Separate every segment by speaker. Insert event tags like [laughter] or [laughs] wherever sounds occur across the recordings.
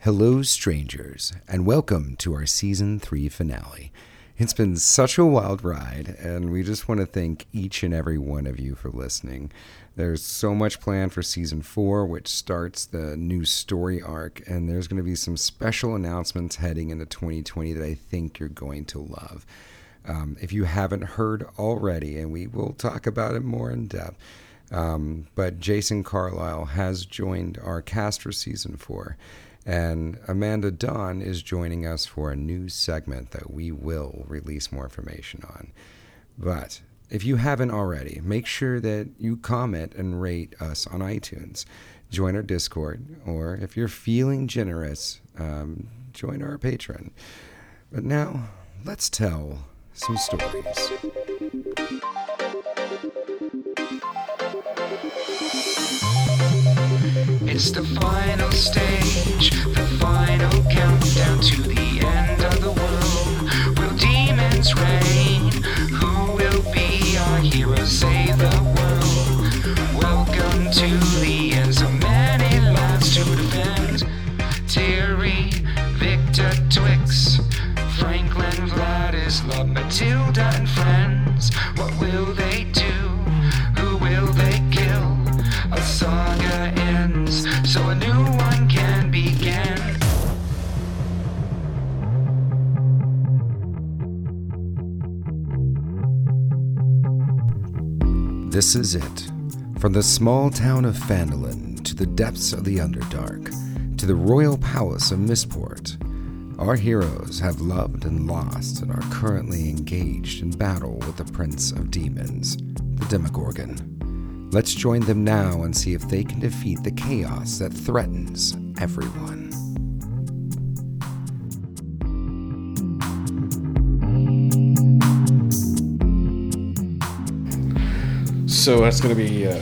Speaker 1: Hello, strangers, and welcome to our season three finale. It's been such a wild ride, and we just want to thank each and every one of you for listening. There's so much planned for season four, which starts the new story arc, and there's going to be some special announcements heading into 2020 that I think you're going to love. Um, if you haven't heard already, and we will talk about it more in depth, um, but Jason Carlisle has joined our cast for season four, and Amanda Don is joining us for a new segment that we will release more information on. But if you haven't already, make sure that you comment and rate us on iTunes. Join our Discord, or if you're feeling generous, um, join our Patreon. But now, let's tell some stories.
Speaker 2: It's the final stage, the final countdown to the end of the world. Will demons reign? Who will be our hero? Save the world. Welcome to the end. So many lives to defend. Thierry, Victor, Twix, Franklin, Vladislav, Matilda, and friends. What will they do? Who will they kill? A saga ends, so a new one can begin.
Speaker 1: This is it. From the small town of Fandolin to the depths of the Underdark, to the royal palace of Misport, our heroes have loved and lost and are currently engaged in battle with the Prince of Demons, the Demogorgon. Let's join them now and see if they can defeat the chaos that threatens everyone.
Speaker 3: So that's going to be uh,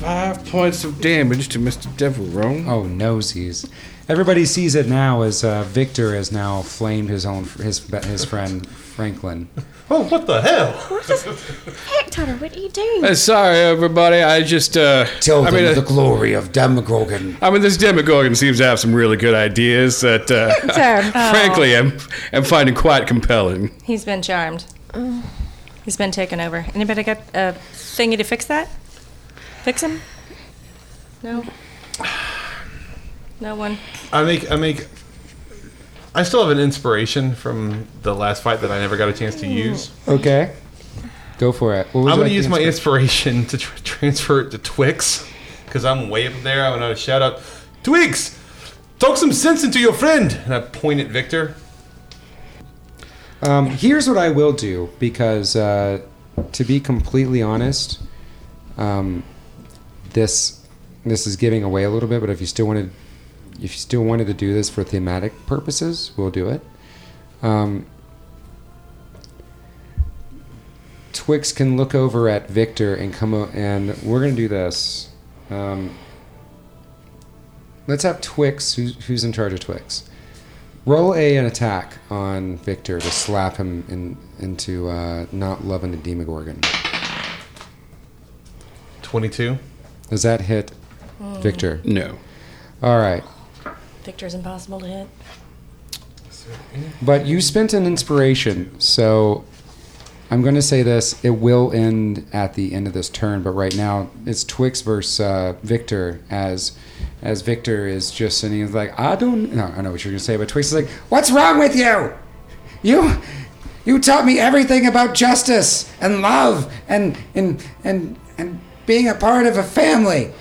Speaker 3: five points of damage to Mr. Devil Wrong.
Speaker 1: Oh, nosies. Everybody sees it now as uh, Victor has now flamed his own his his friend Franklin.
Speaker 4: Oh, what the hell?
Speaker 5: Heck, Tutter, what are you doing?
Speaker 3: Uh, sorry, everybody. I just. Uh,
Speaker 1: Tell
Speaker 3: I
Speaker 1: them
Speaker 3: mean, uh,
Speaker 1: the glory of Demogorgon.
Speaker 3: I mean, this Demogorgon seems to have some really good ideas that, uh,
Speaker 6: Oh.
Speaker 3: frankly, I'm, I'm finding quite compelling.
Speaker 5: He's been charmed. He's been taken over. Anybody got a thingy to fix that? Fix him? No. No one.
Speaker 4: I make I make I still have an inspiration from the last fight that I never got a chance to use.
Speaker 1: Okay. Go for it. What would
Speaker 4: I'm gonna
Speaker 1: you like
Speaker 4: use
Speaker 1: to
Speaker 4: my
Speaker 1: answer?
Speaker 4: inspiration to tr- transfer it to Twix because I'm way up there. I'm gonna shout out, Twix, talk some sense into your friend, and I point at Victor.
Speaker 1: Um, here's what I will do because, uh, to be completely honest, um, this this is giving away a little bit. But if you still wanted, if you still wanted to do this for thematic purposes, we'll do it. Um, Twix can look over at Victor and come o- and we're gonna do this. Um, let's have Twix, who's, who's in charge of Twix. Roll a an attack on Victor to slap him in, into uh, not loving the Demogorgon.
Speaker 4: Twenty-two. [laughs]
Speaker 1: Does that hit Victor?
Speaker 3: No.
Speaker 1: All right.
Speaker 5: Victor's impossible to hit.
Speaker 1: But you spent an inspiration, so I'm going to say this. It will end at the end of this turn, but right now it's Twix versus uh, Victor as as Victor is just sitting he's like, I don't no, I know what you're going to say, but Twix is like, What's wrong with you? You you taught me everything about justice and love and and and, and being a part of a family.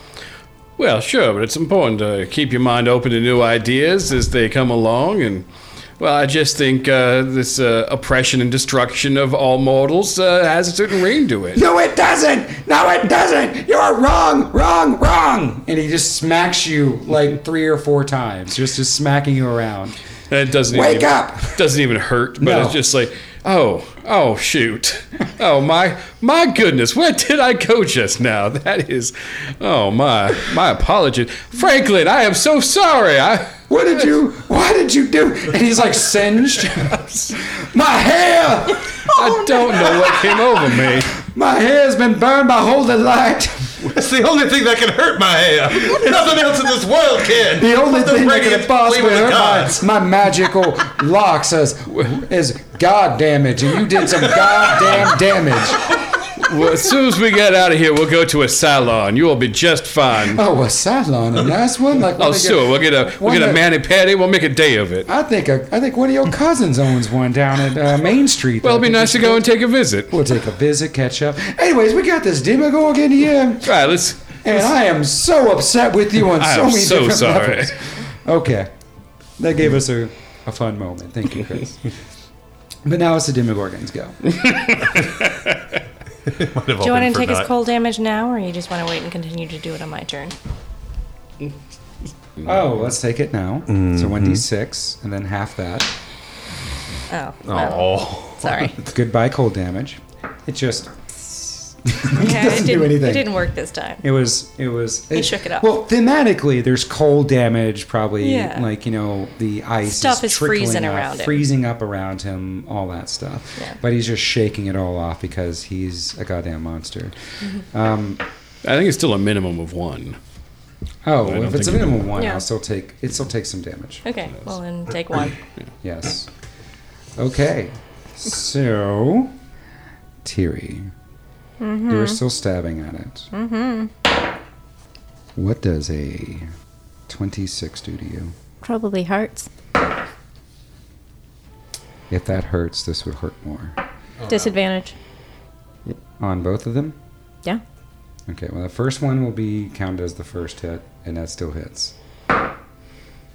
Speaker 3: Well, sure, but it's important to uh, keep your mind open to new ideas as they come along. And, well, I just think uh, this uh, oppression and destruction of all mortals uh, has a certain ring to it.
Speaker 1: No, it doesn't. No, it doesn't. You're wrong, wrong, wong. And he just smacks you like three or four times, just just smacking you around.
Speaker 3: And it doesn't
Speaker 1: Wake
Speaker 3: even,
Speaker 1: up!
Speaker 3: Doesn't even hurt, but
Speaker 1: No.
Speaker 3: it's just like, oh, oh, shoot, oh my, my goodness, where did I go just now? [laughs] That is, oh my, my apology, Franklin. I am so sorry. I
Speaker 1: What did you? Why did you do? And he's like singed. [laughs] my hair,
Speaker 3: I don't know what came over me.
Speaker 1: my hair's been burned by holy light.
Speaker 7: That's the only thing that can hurt my
Speaker 4: [laughs]
Speaker 7: hair. Nothing else in this world can.
Speaker 1: The only
Speaker 7: Let the
Speaker 1: thing that
Speaker 7: radiance
Speaker 1: could possibly
Speaker 7: play with the
Speaker 1: hurt my,
Speaker 7: gods.
Speaker 1: my magical locks is, is god damage, and you did some goddamn damage.
Speaker 3: Well, as soon as we get out of here, we'll go to a salon. You will be
Speaker 1: [laughs]
Speaker 3: just fine.
Speaker 1: Oh, a salon, a nice one. Like
Speaker 3: Oh,
Speaker 1: one of your-
Speaker 3: sure. We'll get a we'll
Speaker 1: one
Speaker 3: get a
Speaker 1: of-
Speaker 3: mani pedi. We'll make a day of it.
Speaker 1: I think a, I think one of your cousins owns one down at uh, Main Street.
Speaker 3: Well, it'd
Speaker 1: I
Speaker 3: be
Speaker 1: think
Speaker 3: nice to
Speaker 1: we
Speaker 3: go
Speaker 1: should-
Speaker 3: and take a visit. All
Speaker 1: We'll take a visit, catch up. Anyways, we got this demagogue in here,
Speaker 3: right, let's.
Speaker 1: and I am so upset with you on [laughs]
Speaker 3: I
Speaker 1: so
Speaker 3: am
Speaker 1: many
Speaker 3: so
Speaker 1: different
Speaker 3: sorry.
Speaker 1: levels. Okay, that gave us a, a fun moment. Thank you,
Speaker 3: [laughs]
Speaker 1: Chris. But now it's the Demogorgons go.
Speaker 7: Might have all
Speaker 6: Do you
Speaker 7: been
Speaker 6: want to
Speaker 7: for
Speaker 6: take
Speaker 7: naught.
Speaker 6: his cold damage now, or you just want to wait and continue to do it on my turn?
Speaker 1: Oh, let's take it now. So
Speaker 3: Mm-hmm.
Speaker 1: 1d6, and then half that.
Speaker 6: Oh, well,
Speaker 7: Oh.
Speaker 1: [laughs]
Speaker 6: sorry.
Speaker 1: Goodbye, cold damage. It just doesn't
Speaker 6: Yeah,
Speaker 1: do
Speaker 6: it didn't,
Speaker 1: anything.
Speaker 6: It didn't work this time.
Speaker 1: It was. It was. He
Speaker 6: shook it off.
Speaker 1: Well, thematically, there's cold damage, probably
Speaker 6: Yeah.
Speaker 1: like you know the ice
Speaker 6: Stuff is
Speaker 1: trickling
Speaker 6: freezing
Speaker 1: up,
Speaker 6: around him.
Speaker 1: freezing up around him, all that stuff.
Speaker 6: Yeah.
Speaker 1: But he's just shaking it all off because he's a goddamn monster. Um,
Speaker 3: I think it's still a minimum of one.
Speaker 1: oh,
Speaker 3: don't
Speaker 1: if it's a
Speaker 3: think you
Speaker 1: minimum one,
Speaker 6: Yeah.
Speaker 1: I'll still take. It still takes some damage.
Speaker 6: Okay, well then take one.
Speaker 1: Yes. Okay. So, Tiri,
Speaker 6: Mm-hmm.
Speaker 1: you're still stabbing at it. Mm-hmm. What does a 26 do to you?
Speaker 5: Probably hearts.
Speaker 1: If that hurts, this would hurt more.
Speaker 5: Disadvantage.
Speaker 1: On both of them?
Speaker 5: Yeah.
Speaker 1: Okay, well, the first one will be counted as the first hit, and that still hits.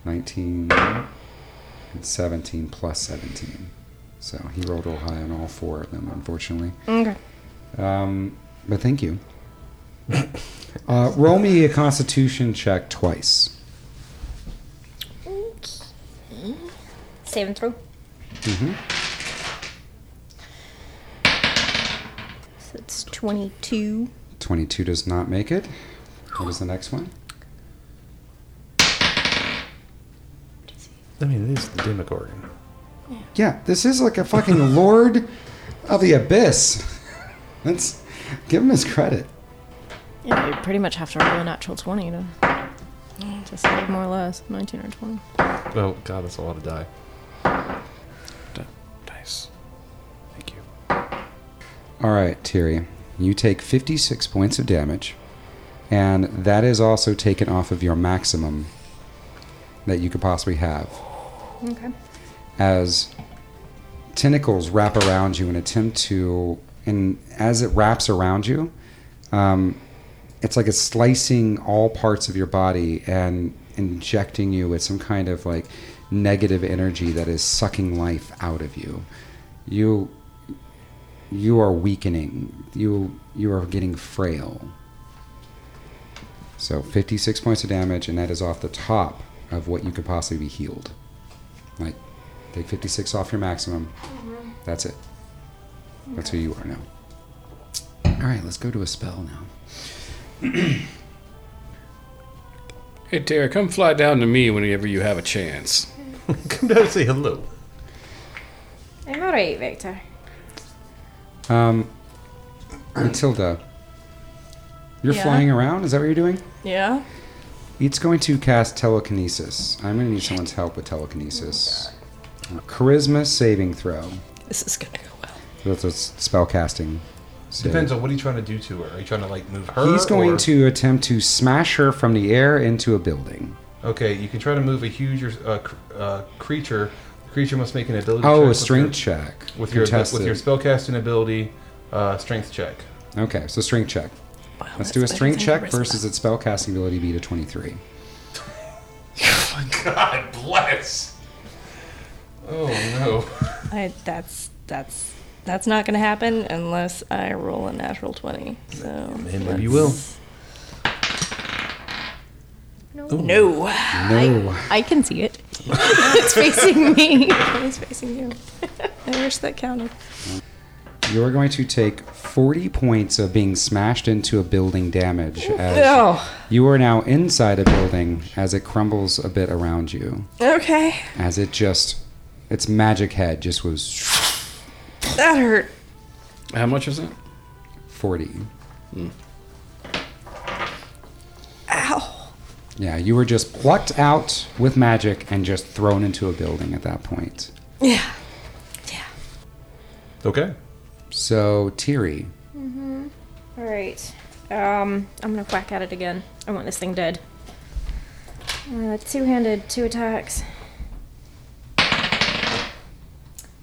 Speaker 1: 19 and 17 plus 17. So he rolled real high on all four of them, unfortunately.
Speaker 6: Okay.
Speaker 1: Um, but thank you. uh, roll me a constitution check twice.
Speaker 5: Save and throw.
Speaker 1: Mhm.
Speaker 5: So it's 22.
Speaker 1: 22 does not make it. What is the next one?
Speaker 7: I mean, it is the Demogorgon.
Speaker 1: Yeah, this is like a [laughs] fucking lord of the abyss. Let's give him his credit.
Speaker 5: Yeah, you pretty much have to roll a natural 20 to, to save more or less. 19 or 20.
Speaker 7: Oh, God, that's a lot of
Speaker 4: [laughs]
Speaker 7: die.
Speaker 3: Nice. Thank you.
Speaker 1: All right, Tyrion, you take 56 points of damage, and that is also taken off of your maximum that you could possibly have.
Speaker 5: Okay.
Speaker 1: as tentacles wrap around you and attempt to, and as it wraps around you, um, it's like it's slicing all parts of your body and injecting you with some kind of like negative energy that is sucking life out of you. You you are weakening. You you are getting frail. So 56 points of damage, and that is off the top of what you could possibly be healed. Like, take 56 off your maximum. That's it. That's who you are now. All right, let's go to a spell now.
Speaker 3: Hey, Tara, come fly down to me whenever you have a chance.
Speaker 7: Come down and say hello.
Speaker 6: I'm alright, Victor.
Speaker 1: Um, Matilda, you're
Speaker 6: Yeah?
Speaker 1: flying around. Is that what you're doing?
Speaker 6: Yeah.
Speaker 1: It's going to cast telekinesis. I'm going to need someone's help with telekinesis. Uh, Charisma saving throw.
Speaker 6: This is gonna go well.
Speaker 1: That's a s- spell casting. save.
Speaker 7: Depends on what are you trying to do to her. Are you trying to like move her?
Speaker 1: He's going
Speaker 7: or-
Speaker 1: to attempt to smash her from the air into a building.
Speaker 7: Okay, you can try to move a huge uh, cr- uh, creature. The creature must make an ability. check
Speaker 1: Oh, a
Speaker 7: with
Speaker 1: strength
Speaker 7: your-
Speaker 1: check.
Speaker 7: with your
Speaker 1: Contested.
Speaker 7: with your spellcasting ability, uh, strength check.
Speaker 1: Okay, so strength check.
Speaker 6: Wow,
Speaker 1: Let's
Speaker 6: that's
Speaker 1: do a
Speaker 6: better
Speaker 1: strength
Speaker 6: than
Speaker 1: check
Speaker 6: charisma.
Speaker 1: versus its spellcasting ability beat a 23.
Speaker 7: God bless. Oh no.
Speaker 6: I, that's that's that's not gonna happen unless I roll a natural twenty. So
Speaker 7: Maybe you will.
Speaker 6: no.
Speaker 1: No.
Speaker 5: I can see it. it's facing me.
Speaker 6: It's facing you. I wish that counted.
Speaker 1: You're going to take 40 points of being smashed into a building damage as
Speaker 6: Oh,
Speaker 1: you are now inside a building as it crumbles a bit around you.
Speaker 6: Okay.
Speaker 1: As it just, its magic head just was
Speaker 6: That hurt.
Speaker 3: How much is that?
Speaker 1: 40. Yeah, you were just plucked out with magic and just thrown into a building at that point.
Speaker 6: Yeah.
Speaker 7: Okay.
Speaker 1: So, Tiri,
Speaker 5: All right. Um, I'm gonna whack at it again. I want this thing dead. Uh, two-handed, two attacks.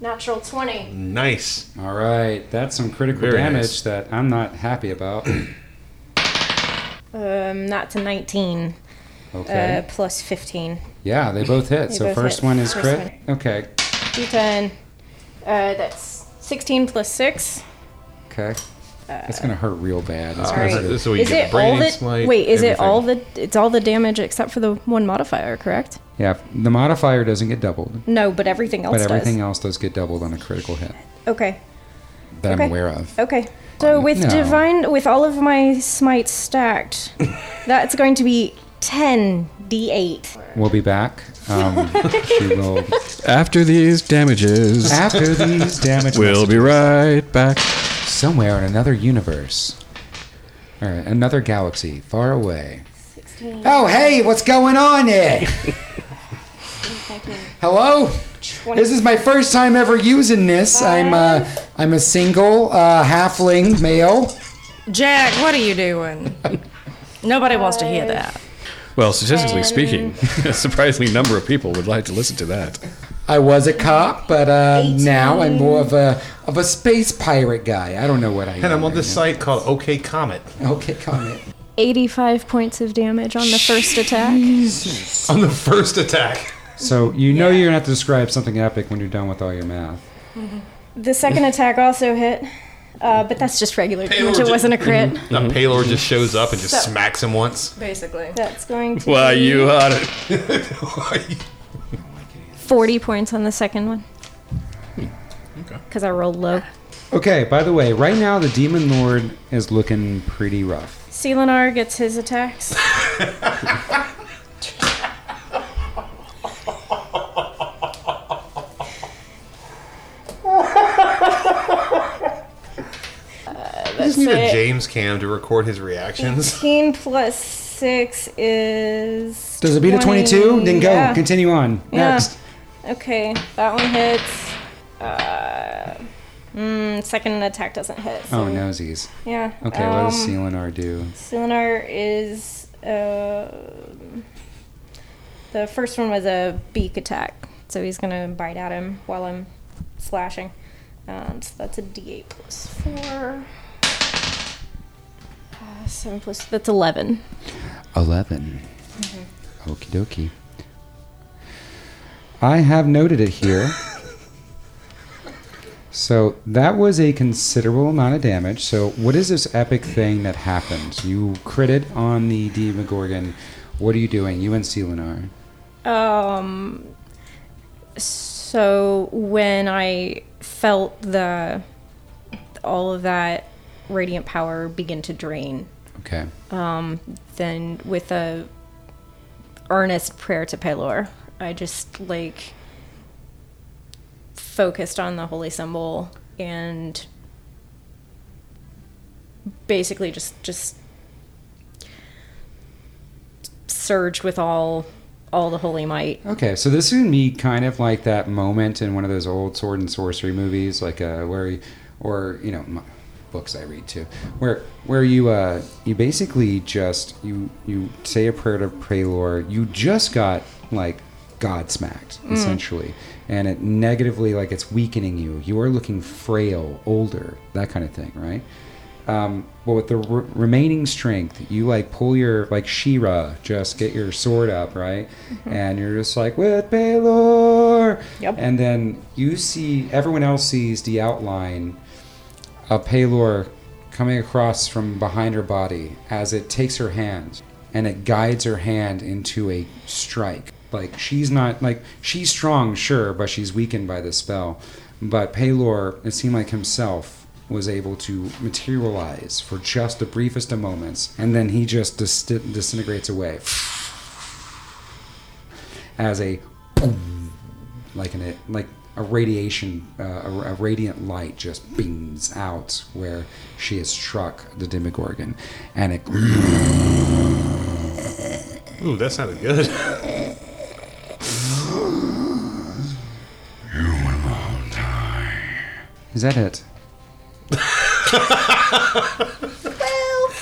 Speaker 5: Natural twenty.
Speaker 7: Nice.
Speaker 1: all right, that's some critical
Speaker 7: Very
Speaker 1: damage
Speaker 7: nice.
Speaker 1: that I'm not happy about.
Speaker 5: Um, that's a nineteen.
Speaker 1: Okay.
Speaker 5: Uh, plus fifteen.
Speaker 1: yeah,
Speaker 5: [laughs]
Speaker 1: they both hit.
Speaker 5: they
Speaker 1: so
Speaker 5: both
Speaker 1: first
Speaker 5: hit.
Speaker 1: one is
Speaker 5: First
Speaker 1: crit.
Speaker 5: one.
Speaker 1: Okay.
Speaker 5: D10. Uh, that's 16 plus six.
Speaker 1: Okay. that's gonna hurt real bad. It's gonna
Speaker 5: Alright.
Speaker 1: hurt-
Speaker 7: This is what you get.
Speaker 5: all
Speaker 7: Braining
Speaker 5: the
Speaker 7: smite,
Speaker 5: wait? Is it
Speaker 7: everything.
Speaker 5: all the? It's all the damage except for the one modifier, correct?
Speaker 1: Yeah, the modifier doesn't get doubled,
Speaker 5: No, but everything else
Speaker 1: but everything
Speaker 5: does.
Speaker 1: else does get doubled on a critical hit
Speaker 5: Okay.
Speaker 1: that
Speaker 5: Okay.
Speaker 1: I'm aware of.
Speaker 5: Okay. So with
Speaker 1: Mm, no.
Speaker 5: divine, with all of my
Speaker 7: [laughs]
Speaker 5: smites stacked, that's going to be 10 d8.
Speaker 1: We'll be back.
Speaker 5: [laughs]
Speaker 1: Um, she will,
Speaker 3: After these damages,
Speaker 1: after these damage
Speaker 3: we'll be right back.
Speaker 1: somewhere in another universe. All right, another galaxy far away. Oh, hey, what's going on there? [laughs] Hello? This is my first time ever using this. I'm uh, I'm a single uh, halfling male.
Speaker 6: Jack, what are
Speaker 1: [laughs]
Speaker 6: you doing? Nobody wants to hear that.
Speaker 3: Well, statistically speaking, [laughs] a surprising number of people would like to listen to that.
Speaker 1: I was a cop, but uh, now I'm more of a of a space pirate guy. I don't know what I am.
Speaker 7: And I'm on
Speaker 1: right
Speaker 7: this site called OK Comet. [laughs]
Speaker 1: now. Okay, comment.
Speaker 5: 85 points of damage on the first attack.
Speaker 7: On the first attack.
Speaker 1: So you know you're gonna have to describe something epic when you're done with all your math.
Speaker 5: The second attack also hit, uh, but that's just regular damage. It
Speaker 7: Paylor-
Speaker 5: wasn't a crit.
Speaker 1: Mm-hmm.
Speaker 7: That Paylor just shows up and just smacks him
Speaker 6: [laughs]
Speaker 7: once.
Speaker 6: Basically.
Speaker 5: That's going to
Speaker 3: Why
Speaker 5: be
Speaker 3: you ought it.
Speaker 5: 40 points on the second one.
Speaker 7: Hmm.
Speaker 5: Because I rolled
Speaker 7: [laughs]
Speaker 5: low.
Speaker 1: Okay, by the way, right now the Demon Lord is looking pretty rough.
Speaker 5: Selinar gets his attacks.
Speaker 7: I just need a James Cam to record his reactions.
Speaker 5: 18 plus 6 is.
Speaker 1: Does it beat a 22? Then go.
Speaker 5: Yeah.
Speaker 1: Continue on.
Speaker 5: Yeah.
Speaker 1: Next.
Speaker 5: Okay, that one hits. Uh, mm, second attack doesn't hit. so-
Speaker 1: Oh, nosies.
Speaker 5: Yeah.
Speaker 1: Okay, what does
Speaker 5: um,
Speaker 1: Celinar do?
Speaker 5: Selinar is. Uh, the first one was a beak attack, so he's gonna bite at him while I'm slashing. Um, so that's a D8 plus four. Uh, seven plus. That's eleven.
Speaker 1: 11. Okie dokie. I have noted it here. [laughs] so that was a considerable amount of damage. So, what is this epic thing that happened? You critted on the Demogorgon. What are you doing? You and Celinar.
Speaker 5: Um. So when I felt the all of that radiant power begin to drain,
Speaker 1: Okay.
Speaker 5: then with a earnest prayer to Pelor, I just like focused on the holy symbol and basically just just surged with all all the holy might
Speaker 1: Okay, so this is gonna be kind of like that moment in one of those old sword and sorcery movies, like uh, where, you, or you know, m books I read too, where where you uh, you basically just you you say a prayer to Prelor. You just got like godsmacked essentially, and it negatively like it's weakening you. You are looking frail, older, that kind of thing, right? Um, but with the re- remaining strength, you like pull your like Shira, just get your sword up, right? And you're just like with Pelor.
Speaker 5: Yep.
Speaker 1: And then you see everyone else sees the outline of Pelor coming across from behind her body as it takes her hand and it guides her hand into a strike. Like she's not like she's strong, sure, but she's weakened by the spell. But Pelor, it seemed like himself, was able to materialize for just the briefest of moments, and then he just dis- disintegrates away as a boom, like an like a radiation, uh, a, a radiant light just beams out where she has struck the Demogorgon, and it
Speaker 7: Ooh, that sounded good. [laughs]
Speaker 1: Is that it?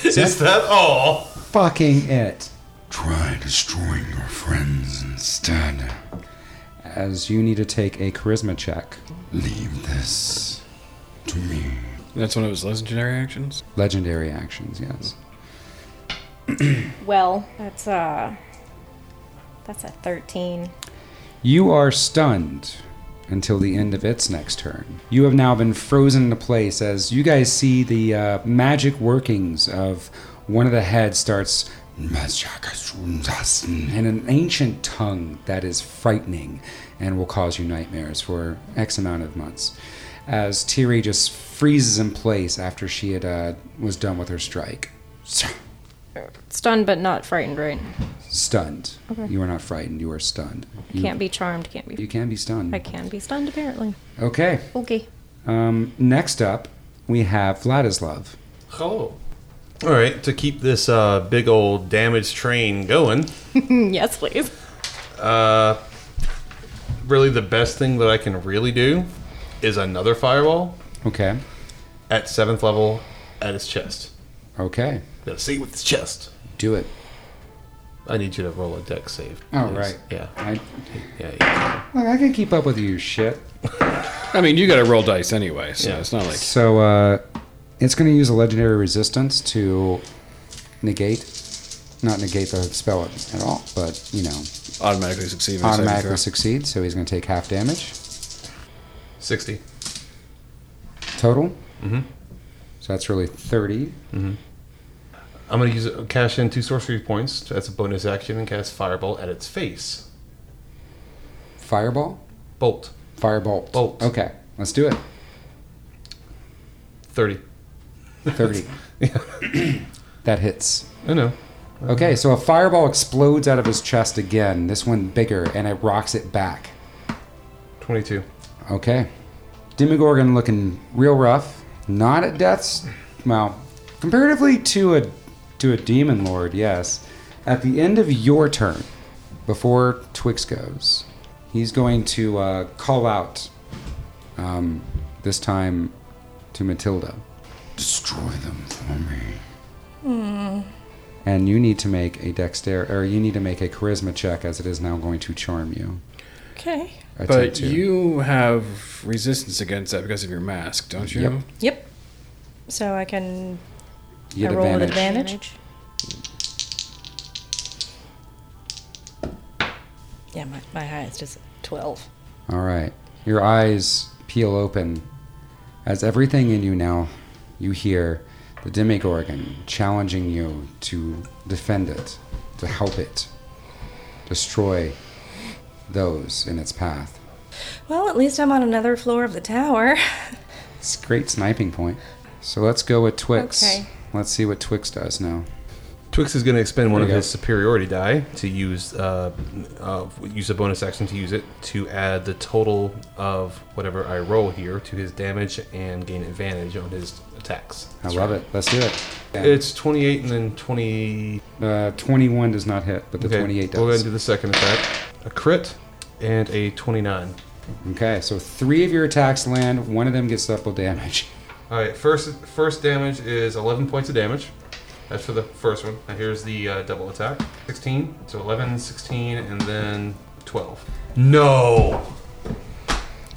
Speaker 7: Is that all?
Speaker 1: Fucking it.
Speaker 8: Try destroying your friends instead.
Speaker 1: As you need to take a charisma check.
Speaker 8: Leave this to me.
Speaker 3: That's one of his legendary actions.
Speaker 1: Legendary actions, yes.
Speaker 5: Well, that's uh that's a 13.
Speaker 1: You are stunned until the end of its next turn. You have now been frozen into place as you guys see the uh, magic workings of one of the heads starts in an ancient tongue that is frightening and will cause you nightmares for X amount of months. As Tiri just freezes in place after she had uh, was done with her strike.
Speaker 5: Stunned but not frightened, right?
Speaker 1: Stunned. You are not frightened. You are stunned. You,
Speaker 5: Can't be charmed, can't be
Speaker 1: You can be stunned.
Speaker 5: I can be stunned apparently.
Speaker 1: Okay.
Speaker 5: Okay.
Speaker 1: Um, next up, we have Vladislav.
Speaker 7: Oh. All right, to keep this uh, big old damaged train going,
Speaker 5: Mm, yes, please.
Speaker 7: uh, really the best thing that I can really do is another fireball
Speaker 1: Okay.
Speaker 7: at seventh level at his chest.
Speaker 1: Okay.
Speaker 7: Gotta see with his chest.
Speaker 1: Do it.
Speaker 7: I need you to roll a deck save.
Speaker 1: Oh,
Speaker 7: please.
Speaker 1: right.
Speaker 7: Yeah.
Speaker 1: I,
Speaker 7: Yeah. yeah.
Speaker 1: look, I can keep up with you, shit.
Speaker 3: I mean, you got to roll dice anyway, so
Speaker 7: Yeah.
Speaker 3: it's not like
Speaker 1: So, uh, it's going to use a legendary resistance to negate. Not negate the spell at at all, but, you know,
Speaker 3: automatically succeeding. on a saving
Speaker 1: automatically
Speaker 3: throw.
Speaker 1: succeed. So he's going to take half damage
Speaker 7: 60.
Speaker 1: total. Mm-hmm. So that's really 30.
Speaker 7: I'm gonna use cash in two sorcery points as a bonus action and cast fireball at its face.
Speaker 1: Fireball?
Speaker 7: Bolt.
Speaker 1: Firebolt.
Speaker 7: Bolt.
Speaker 1: Okay. Let's do it.
Speaker 7: 30.
Speaker 1: 30. [coughs] that hits.
Speaker 7: I know.
Speaker 1: Okay, so a fireball explodes out of his chest again, this one bigger, and it rocks it back.
Speaker 7: 22.
Speaker 1: Okay. Demogorgon looking real rough. Not at death's well, comparatively to a to a demon lord, yes. At the end of your turn, before Twix goes, he's going to uh, call out um, this time to Matilda.
Speaker 8: Destroy them for me.
Speaker 1: And you need to make a dexter or you need to make a charisma check as it is now going to charm you.
Speaker 6: Okay.
Speaker 1: Attempt
Speaker 3: But
Speaker 1: to.
Speaker 3: you have resistance against that because of your mask, don't you?
Speaker 1: Yep.
Speaker 6: Yep. So I can
Speaker 1: you
Speaker 6: I
Speaker 1: get
Speaker 6: roll with
Speaker 1: advantage.
Speaker 5: [laughs]
Speaker 6: advantage. Yeah, my, my highest is 12.
Speaker 1: All right. Your eyes peel open as everything in you now, you hear the Demigorgon challenging you to defend it, to help it, destroy those in its path.
Speaker 6: Well, at least I'm on another floor of the tower.
Speaker 1: It's a great sniping point. So let's go with Twix.
Speaker 6: Okay.
Speaker 1: Let's see what Twix does now.
Speaker 7: Twix is going to expend one
Speaker 1: There
Speaker 7: of
Speaker 1: you go.
Speaker 7: his superiority die to use uh, uh, use a bonus action to use it to add the total of whatever I roll here to his damage and gain advantage on his attacks.
Speaker 1: I love it. Let's do it.
Speaker 7: It's 28 and then 20.
Speaker 1: Uh, 21 does not hit, but the
Speaker 7: Okay,
Speaker 1: 28
Speaker 7: We'll go ahead
Speaker 1: does.
Speaker 7: and do the second attack. A crit and a 29.
Speaker 1: okay, so three of your attacks land, one of them gets double damage.
Speaker 7: All right, first first damage is 11 points of damage. That's for the first one. Now here's the uh, double attack. 16, so 11, 16, and then 12. No!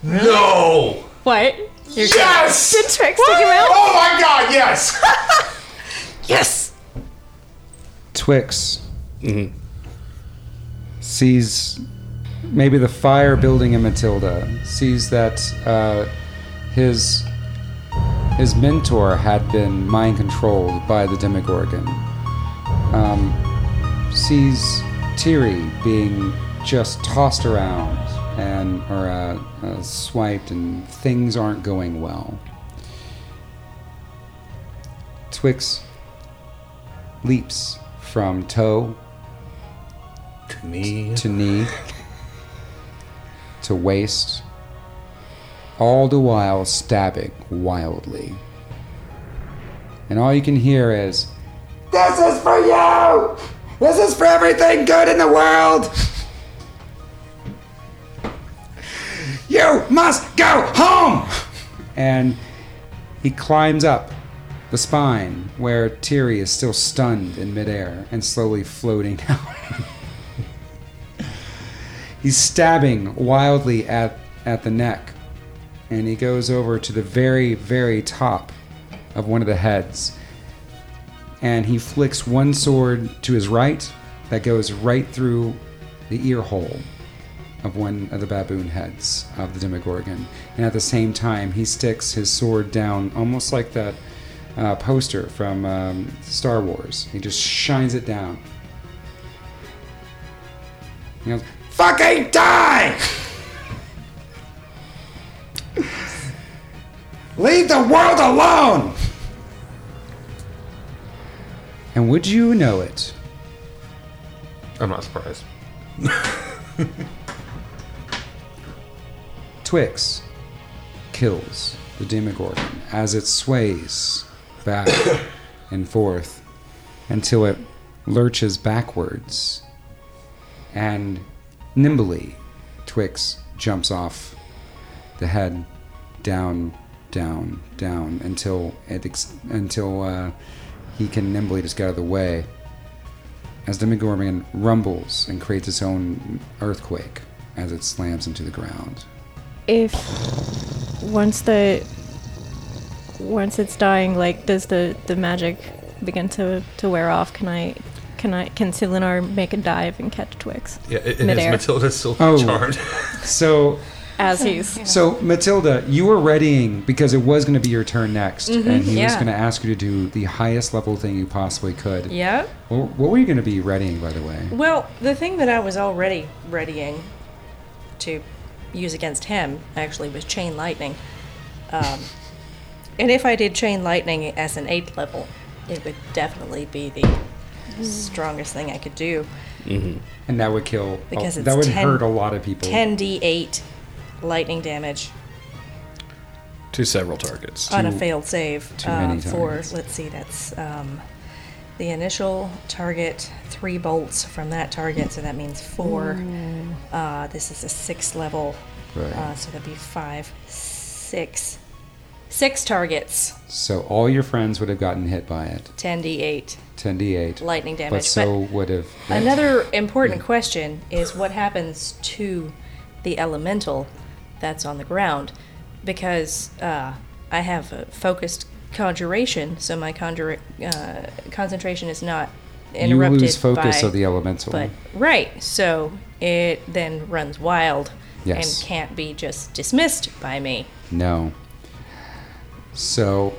Speaker 7: No!
Speaker 6: What? You're yes! Good tricks to come out.
Speaker 7: Oh my god, yes!
Speaker 6: Yes!
Speaker 1: Twix sees maybe the fire building in Matilda, sees that uh, his his mentor had been mind controlled by the Demogorgon, um, sees Tiri being just tossed around and or uh, uh, swiped, and things aren't going well. Twix leaps from toe
Speaker 7: To me.
Speaker 1: to knee to waist, all the while stabbing wildly. And all you can hear is, This is for you! This is for everything good in the world! You must go home! And he climbs up the spine where Tiri is still stunned in midair and slowly floating [laughs] down. He's stabbing wildly at, at the neck and he goes over to the very, very top of one of the heads. And he flicks one sword to his right that goes right through the ear hole of one of the baboon heads of the Demogorgon. And at the same time, he sticks his sword down almost like that uh, poster from um, Star Wars. He just shines it down. He goes, Fucking die! [laughs] Leave the world alone! And would you know it?
Speaker 7: I'm not surprised.
Speaker 1: Twix kills the Demogorgon as it sways back and forth until it lurches backwards. And nimbly, Twix jumps off the head down, down, down until it ex- until uh, he can nimbly just get out of the way. As Demogorgon rumbles and creates its own earthquake as it slams into the ground.
Speaker 5: If once the once it's dying, like does the the magic begin to to wear off? Can I can I can Silinar make a dive and catch Twix
Speaker 7: Yeah, it, it is
Speaker 5: Midair.
Speaker 7: Matilda's silver
Speaker 1: Oh.
Speaker 7: [laughs] charmed.
Speaker 1: So
Speaker 5: as he's
Speaker 1: So Matilda, you were readying because it was going to be your turn next,
Speaker 6: Mm-hmm.
Speaker 1: and he was
Speaker 5: yeah.
Speaker 1: going to ask you to do the highest level thing you possibly could.
Speaker 6: Yeah.
Speaker 1: Well, what were you going to be readying, by the way?
Speaker 6: Well, the thing that I was already readying to use against him actually was chain lightning. Um, and if I did chain lightning as an eighth level, it would definitely be the strongest thing I could do.
Speaker 1: And that would kill.
Speaker 6: Because it's
Speaker 1: that would
Speaker 6: 10
Speaker 1: hurt a lot of people.
Speaker 6: 10d8 lightning damage
Speaker 3: to several targets.
Speaker 6: on a failed save uh,
Speaker 1: too many
Speaker 6: for
Speaker 1: targets.
Speaker 6: let's see that's um, the initial target three bolts from that target so that means four uh, this is a six level
Speaker 1: Mm. Right.
Speaker 6: uh, so that'd be five six six targets
Speaker 1: So all your friends would have gotten hit by it.
Speaker 6: 10d8
Speaker 1: 10d8.
Speaker 6: lightning damage
Speaker 1: But so would have.
Speaker 6: Another important question is what happens to the elemental that's on the ground, because uh, I have a focused conjuration, so my conjura- uh, concentration is not
Speaker 1: You
Speaker 6: interrupted
Speaker 1: lose focus
Speaker 6: by,
Speaker 1: of the elemental.
Speaker 6: But right, so it then runs wild
Speaker 1: Yes.
Speaker 6: and can't be just dismissed by me,
Speaker 1: no. So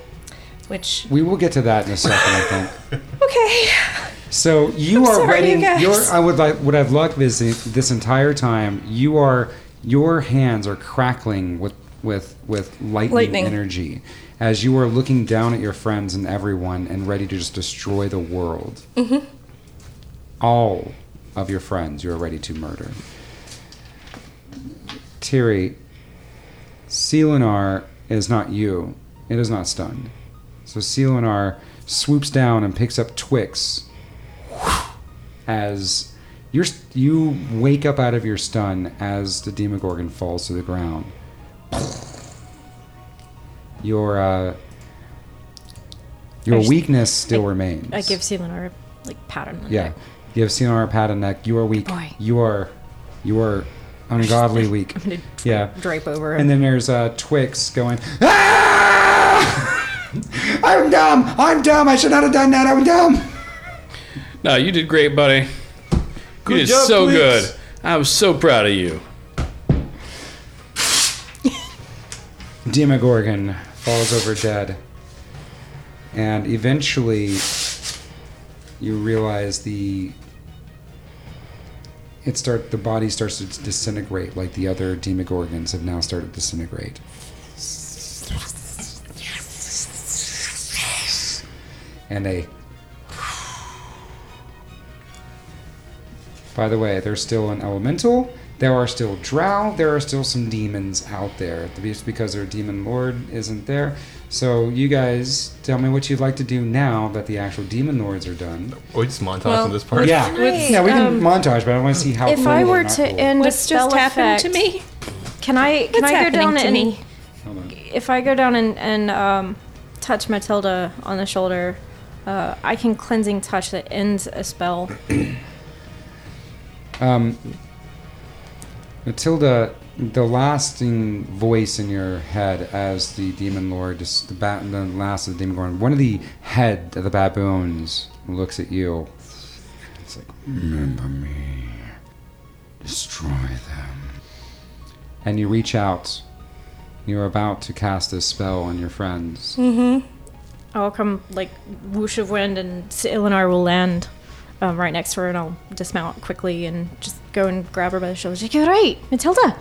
Speaker 6: which
Speaker 1: we will get to that in a second, I think.
Speaker 6: okay,
Speaker 1: So you
Speaker 6: I'm
Speaker 1: are
Speaker 6: sorry,
Speaker 1: ready.
Speaker 6: you guys.
Speaker 1: Your I would like what I've loved this this entire time. You are your hands are crackling with with with lightning,
Speaker 6: Lightning.
Speaker 1: energy as you are looking down at your friends and everyone and ready to just destroy the world. All of your friends you are ready to murder. Tiri, Selinar is not you. It is not stunned. So Selinar swoops down and picks up Twix as you're, you wake up out of your stun as the Demogorgon falls to the ground. Your uh, your
Speaker 5: I just-
Speaker 1: weakness still remains.
Speaker 5: I give Silinar like pat on the
Speaker 1: Yeah,
Speaker 5: neck.
Speaker 1: you have Selinar pat on neck. You are weak.
Speaker 5: boy.
Speaker 1: You are you are
Speaker 5: [laughs]
Speaker 1: ungodly weak.
Speaker 5: I'm gonna
Speaker 1: Yeah.
Speaker 5: drape over him.
Speaker 1: And then there's uh, Twix going, "Ah! [laughs] I'm dumb. I'm dumb. I should not have done that. I'm dumb.
Speaker 3: No, you did great, buddy. you did
Speaker 7: job,
Speaker 3: so
Speaker 7: Twix.
Speaker 3: good. I was so proud of you.
Speaker 1: Demogorgon falls over dead. And eventually, you realize the it start the body starts to disintegrate like the other demogorgons have now started to disintegrate and they by the way they're still an elemental
Speaker 9: There are still drow. There are still some demons out there. Just because their demon lord isn't there. So you guys, tell me what you'd like to do now that the actual demon lords are done.
Speaker 4: Oh, it's montage
Speaker 6: Well,
Speaker 4: in this part.
Speaker 9: yeah,
Speaker 5: Right,
Speaker 9: yeah, we can
Speaker 5: um,
Speaker 9: montage, but I want to see how.
Speaker 5: if
Speaker 9: cool
Speaker 5: I
Speaker 9: or
Speaker 5: were
Speaker 9: not
Speaker 5: to
Speaker 9: cool.
Speaker 5: end a
Speaker 6: What's
Speaker 5: spell
Speaker 6: just happened
Speaker 5: effect,
Speaker 6: to me?
Speaker 5: can I can
Speaker 6: What's
Speaker 5: I go down
Speaker 6: happening to
Speaker 5: and
Speaker 6: me?
Speaker 9: Hold on.
Speaker 5: if I go down and, and um, touch Matilda on the shoulder, uh, I can cleansing touch that ends a spell.
Speaker 9: Um, Matilda, the lasting voice in your head as the demon lord, just the, bat, the last of the demon lord, one of the head of the baboons looks at you. It's like, remember me. Destroy them. And you reach out. You're about to cast this spell on your friends.
Speaker 6: Hmm.
Speaker 5: I'll come like whoosh of wind, and Ilinar will land um, right next to her, and I'll dismount quickly and just go and grab her by the shoulders. Like, all right, Matilda,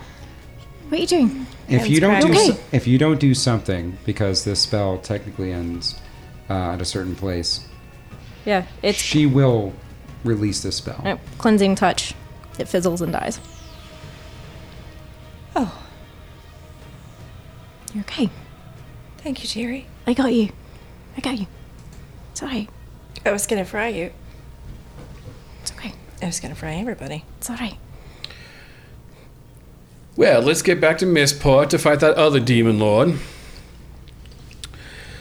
Speaker 5: what are you doing?
Speaker 9: if you don't
Speaker 6: Ends
Speaker 9: do
Speaker 5: right.
Speaker 9: so- if you don't do something because this spell technically ends uh, at a certain place,
Speaker 5: Yeah, it's
Speaker 9: she will release this spell.
Speaker 5: uh, cleansing touch. It fizzles and dies.
Speaker 6: Oh,
Speaker 5: You're okay.
Speaker 6: thank you, Jerry.
Speaker 5: I got you. I got you. It's all right.
Speaker 6: I was gonna fry you.
Speaker 5: It's okay.
Speaker 6: I was gonna fry everybody.
Speaker 5: It's all right.
Speaker 3: Well, let's get back to Missport to fight that other demon lord.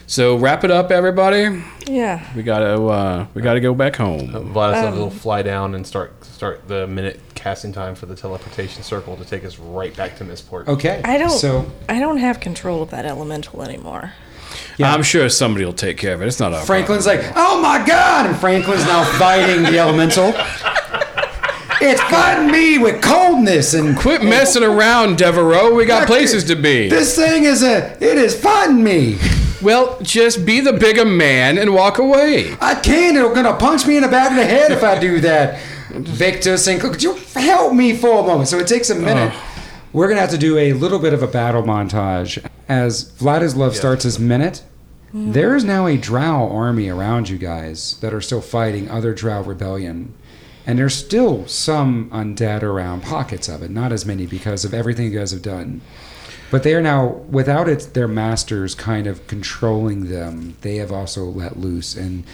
Speaker 3: So wrap it up, everybody.
Speaker 6: Yeah.
Speaker 3: We gotta uh, we gotta go back home.
Speaker 9: Oh.
Speaker 4: Vladislav will fly down and start start the minute casting time for the teleportation circle to take us right back to Missport.
Speaker 9: Okay.
Speaker 6: I don't.
Speaker 9: So
Speaker 6: I don't have control of that elemental anymore.
Speaker 9: Yeah.
Speaker 3: I'm sure somebody will take care of it. It's not our
Speaker 9: Franklin's like, oh my god! And Franklin's now fighting the elemental. It's fighting me with coldness and
Speaker 3: problem. Quit messing around, Devereaux. We got
Speaker 9: Fuck
Speaker 3: places
Speaker 9: it.
Speaker 3: to be.
Speaker 9: This thing is a. It is fighting me.
Speaker 1: [laughs]
Speaker 3: well, just be the bigger man and walk away.
Speaker 9: I can't. It's gonna punch me in the back of the head if I
Speaker 6: [laughs]
Speaker 9: do that. Victor Sinclair, could you help me for a moment? So it takes a minute. We're gonna have to do a little bit of a battle montage as Vladislav starts his minute.
Speaker 6: Mm.
Speaker 9: There is now a Drow army around you guys that are still fighting other Drow rebellion, and there's still some undead around. Pockets of it, not as many because of everything you guys have done. But they are now, without it, their masters kind of controlling them. They have also let loose, and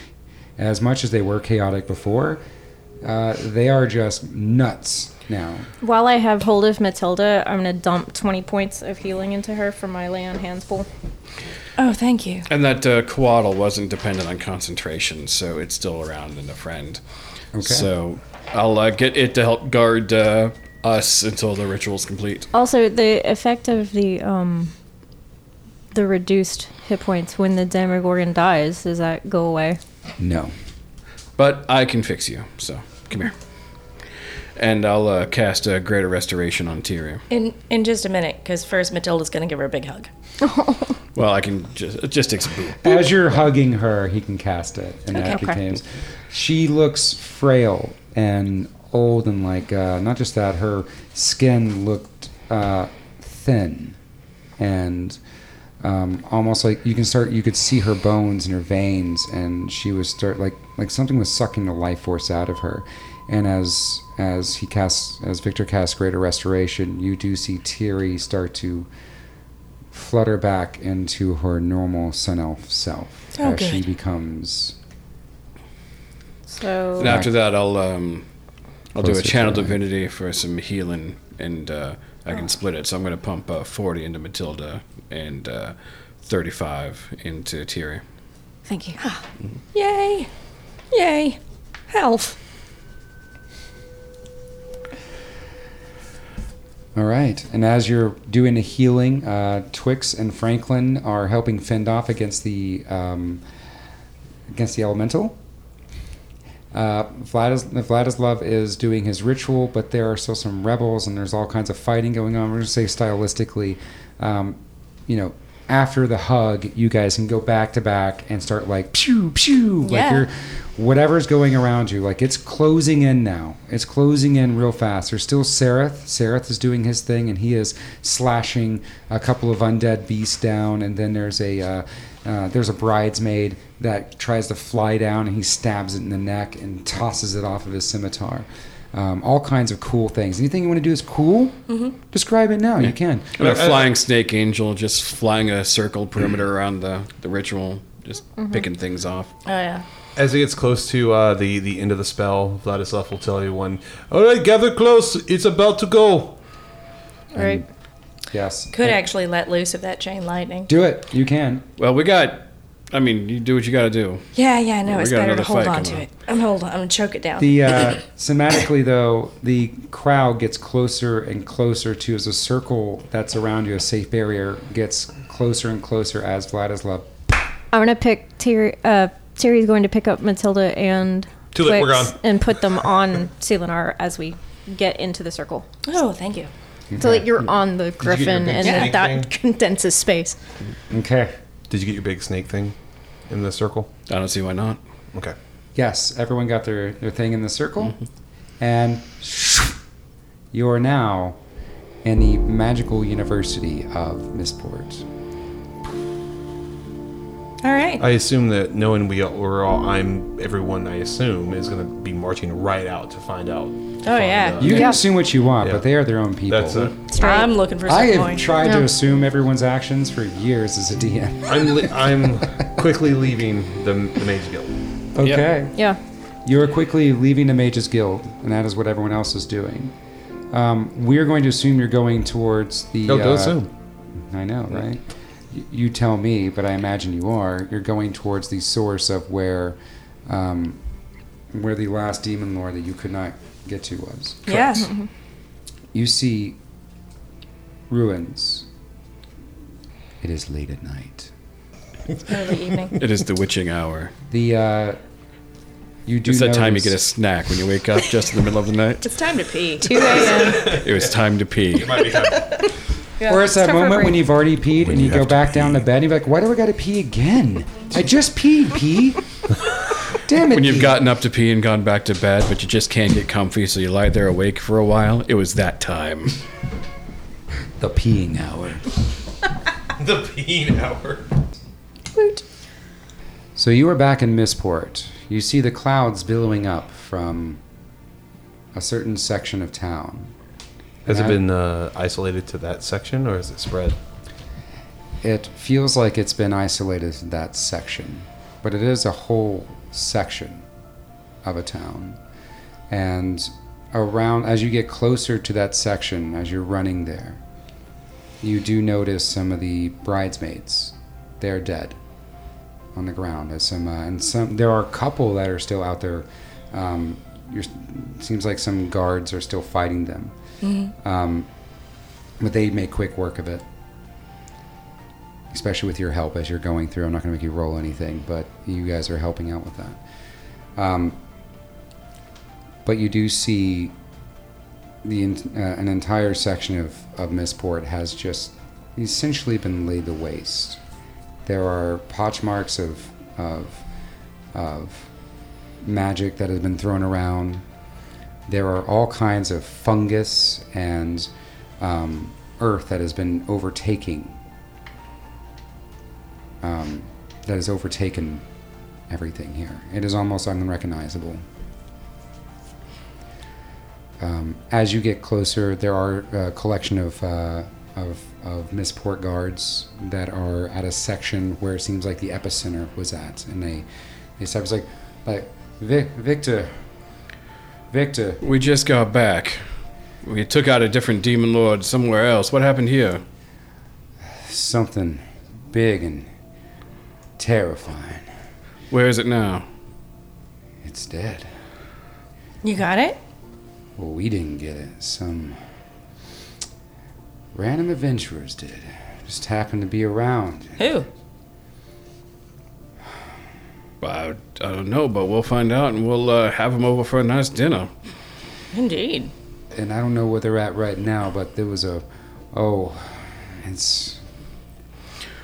Speaker 9: as much as they were chaotic before, uh, they are just nuts now.
Speaker 5: While I have hold of Matilda, I'm gonna dump 20 points of healing into her from my lay on hands pool.
Speaker 6: Oh, thank you.
Speaker 3: And that uh, coatl wasn't dependent on concentration, so it's still around and a friend. Okay. So I'll uh, get it to help guard uh, us until the ritual's complete.
Speaker 5: Also, the effect of the um, the reduced hit points when the Demogorgon dies does that go away?
Speaker 9: No.
Speaker 3: But I can fix you, so come here. And I'll uh, cast a greater restoration on Tyrion.
Speaker 6: In in just a minute, because first Matilda's gonna give her a big hug.
Speaker 3: Well, I can just just exp-
Speaker 9: [laughs] As you're hugging her, he can cast it, and that
Speaker 5: Okay.
Speaker 9: becomes. She looks frail and old, and like uh, not just that, her skin looked uh, thin, and um, almost like you can start. You could see her bones and her veins, and she was start like like something was sucking the life force out of her. And as as he casts as Victor casts Greater Restoration, you do see Tiri start to flutter back into her normal sun elf self
Speaker 6: Oh,
Speaker 9: as she
Speaker 6: good.
Speaker 9: becomes
Speaker 5: So
Speaker 3: And after that, I'll um, I'll do a
Speaker 9: Closer to
Speaker 3: channel
Speaker 9: the line.
Speaker 3: divinity for some healing, and uh, I can split it. So I'm going to pump uh, 40 into Matilda and uh, 35 into Tyrion.
Speaker 5: thank you.
Speaker 6: Ah. Mm-hmm. Yay! Yay! Health.
Speaker 9: all right and as you're doing the healing uh, twix and franklin are helping fend off against the um, against the elemental uh, Vladis- Vladislav is doing his ritual, but there are still some rebels, and there's all kinds of fighting going on. We're going to say stylistically, um, you know, after the hug, you guys can go back to back and start like pew pew, like
Speaker 6: Yeah.
Speaker 9: you're whatever's going around you. Like it's closing in now. It's closing in real fast. There's still Sereth. Sereth is doing his thing, and he is slashing a couple of undead beasts down. And then there's a uh, uh, there's a bridesmaid that tries to fly down, and he stabs it in the neck and tosses it off of his scimitar. um, all kinds of cool things. Anything you want to do is cool, describe it now. You can.
Speaker 3: And a flying snake angel just flying a circle
Speaker 9: [clears throat]
Speaker 3: perimeter around the, the ritual, just
Speaker 9: Mm-hmm.
Speaker 3: picking things off.
Speaker 6: Oh yeah.
Speaker 4: As it gets close to uh, the the end of the spell, Vladislav will tell you one. All right, gather close. It's about to go.
Speaker 5: All right.
Speaker 9: Yes.
Speaker 6: Could actually let loose of that chain lightning.
Speaker 9: Do it. You can.
Speaker 3: Well, we got. I mean, you do what you got to do.
Speaker 6: Yeah, yeah, I know.
Speaker 3: we
Speaker 6: it's
Speaker 3: got
Speaker 6: better
Speaker 3: another
Speaker 6: to hold
Speaker 3: fight
Speaker 6: on to
Speaker 3: coming
Speaker 6: it. I'm hold on. I'm gonna choke it down.
Speaker 9: The uh, [coughs] somatically though, the crowd gets closer and closer to as a circle that's around you, a safe barrier gets closer and closer as Vladislav.
Speaker 5: I'm gonna pick Terry. Uh, Terry's going to pick up Matilda and
Speaker 4: Too late, we're
Speaker 5: Twix
Speaker 4: gone.
Speaker 5: and put them on Selinar as we get into the circle,
Speaker 6: oh, thank you.
Speaker 5: so that you're on the
Speaker 4: you get your
Speaker 5: griffin
Speaker 4: big
Speaker 5: and
Speaker 4: snake
Speaker 5: that condenses space.
Speaker 9: Okay.
Speaker 4: Did you get your big snake thing in the circle?
Speaker 3: I don't see why not.
Speaker 4: Okay.
Speaker 9: Yes, everyone got their, their thing in the circle. And you are now in the magical university of Mistport.
Speaker 6: All right.
Speaker 4: I assume that knowing we all, we're all, I'm everyone. I assume is going to be marching right out to find out.
Speaker 6: Oh yeah.
Speaker 9: You can assume what you want, but they are their own people.
Speaker 4: That's it.
Speaker 6: I'm looking for
Speaker 9: I
Speaker 6: some
Speaker 9: have
Speaker 6: point.
Speaker 9: tried to assume everyone's actions for years as
Speaker 4: [laughs]
Speaker 9: a DM.
Speaker 4: I'm li- I'm quickly leaving the, the mage guild.
Speaker 9: Okay.
Speaker 5: Yeah.
Speaker 9: You are quickly leaving the Mage's Guild, and that is what everyone else is doing. Um, we are going to assume you're going towards the.
Speaker 4: No, Oh, don't
Speaker 9: uh,
Speaker 4: assume.
Speaker 9: I know, right? Y- You tell me, but I imagine you are. You're going towards the source of where, um, where the last demon lord that you could not get to was.
Speaker 6: yeah.
Speaker 9: You see ruins. It is late at night.
Speaker 6: Early evening.
Speaker 3: It is the witching hour.
Speaker 9: The uh, you do.
Speaker 3: it's that time you get a
Speaker 9: notice-
Speaker 3: snack when you wake up just in the middle of
Speaker 5: [laughs]
Speaker 3: the night.
Speaker 6: It's time to pee.
Speaker 3: It was time to pee.
Speaker 9: Or it's
Speaker 5: time
Speaker 9: that
Speaker 5: for a
Speaker 9: moment when
Speaker 5: break.
Speaker 9: you've already peed and you,
Speaker 4: you
Speaker 9: go
Speaker 4: have to
Speaker 9: back down to bed and you're like, why do I gotta pee again? I just peed,
Speaker 3: [laughs]
Speaker 9: pee. Damn it.
Speaker 3: When you've
Speaker 9: pee.
Speaker 3: gotten up to pee and gone back to bed, but you just can't get comfy, so you lie there awake for a while. It was that time.
Speaker 9: the peeing hour.
Speaker 4: [laughs] the peen hour.
Speaker 9: So you are back in Missport. You see the clouds billowing up from a certain section of town.
Speaker 4: Has it
Speaker 9: I-
Speaker 4: been uh, isolated to that section, or is it spread?
Speaker 9: It feels like it's been isolated to that section, but it is a whole section of a town. And around, as you get closer to that section, as you're running there, you do notice some of the bridesmaids. They're dead on the ground. As some, uh, and some, there are a couple that are still out there. Um, you're, seems like some guards are still fighting them, um, but they make quick work of it especially with your help as you're going through. I'm not going to make you roll anything, but you guys are helping out with that. Um, but you do see the en- uh, an entire section of of Missport has just essentially been laid to waste. There are potch marks of of of magic that has been thrown around. There are all kinds of fungus and um, earth that has been overtaking um, that has overtaken everything here. It is almost unrecognizable. Um, as you get closer, there are a collection of, uh, of, of Missport guards that are at a section where it seems like the epicenter was at. And they, they step, it's like, like, Vic, Victor, Victor,
Speaker 3: We just got back. We took out a different demon lord somewhere else. What happened here?
Speaker 9: something big and terrifying.
Speaker 3: Where is it now?
Speaker 9: It's dead.
Speaker 6: You got it?
Speaker 9: Well, we didn't get it. Some random adventurers did. Just happened to be around.
Speaker 6: Who?
Speaker 3: I, I don't know, but we'll find out and we'll uh, have him over for a nice dinner.
Speaker 6: Indeed.
Speaker 9: And I don't know where they're at right now, but there was a. Oh, it's.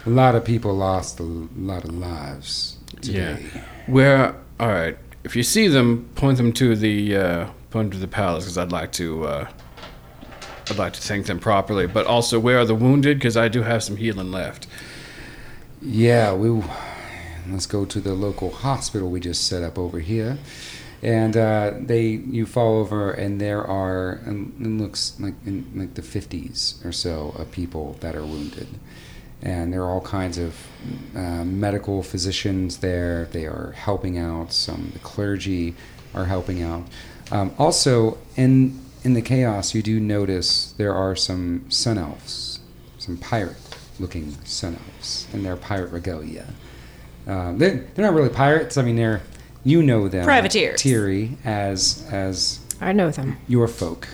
Speaker 9: A lot of people lost a lot of lives
Speaker 3: Yeah.
Speaker 9: today.
Speaker 3: Where? All right. If you see them, point them to the uh, point to the palace, because I'd like to. Uh, I'd like to thank them properly, but also where are the wounded? Because I do have some healing left.
Speaker 9: Yeah, we. Let's go to the local hospital we just set up over here.
Speaker 1: and uh, they you fall over, and there are and, and looks like in like the fifties or so of people that are wounded, and there are all kinds of uh, medical physicians there. They are helping out. Some the clergy are helping out. Um, also, in in the chaos, you do notice there are some sun elves, some pirate-looking sun elves, in their pirate regalia. Um, they're, they're not really pirates. I mean, they're you know them
Speaker 6: Privateers.
Speaker 1: Teary as as
Speaker 10: I know them.
Speaker 1: your folk,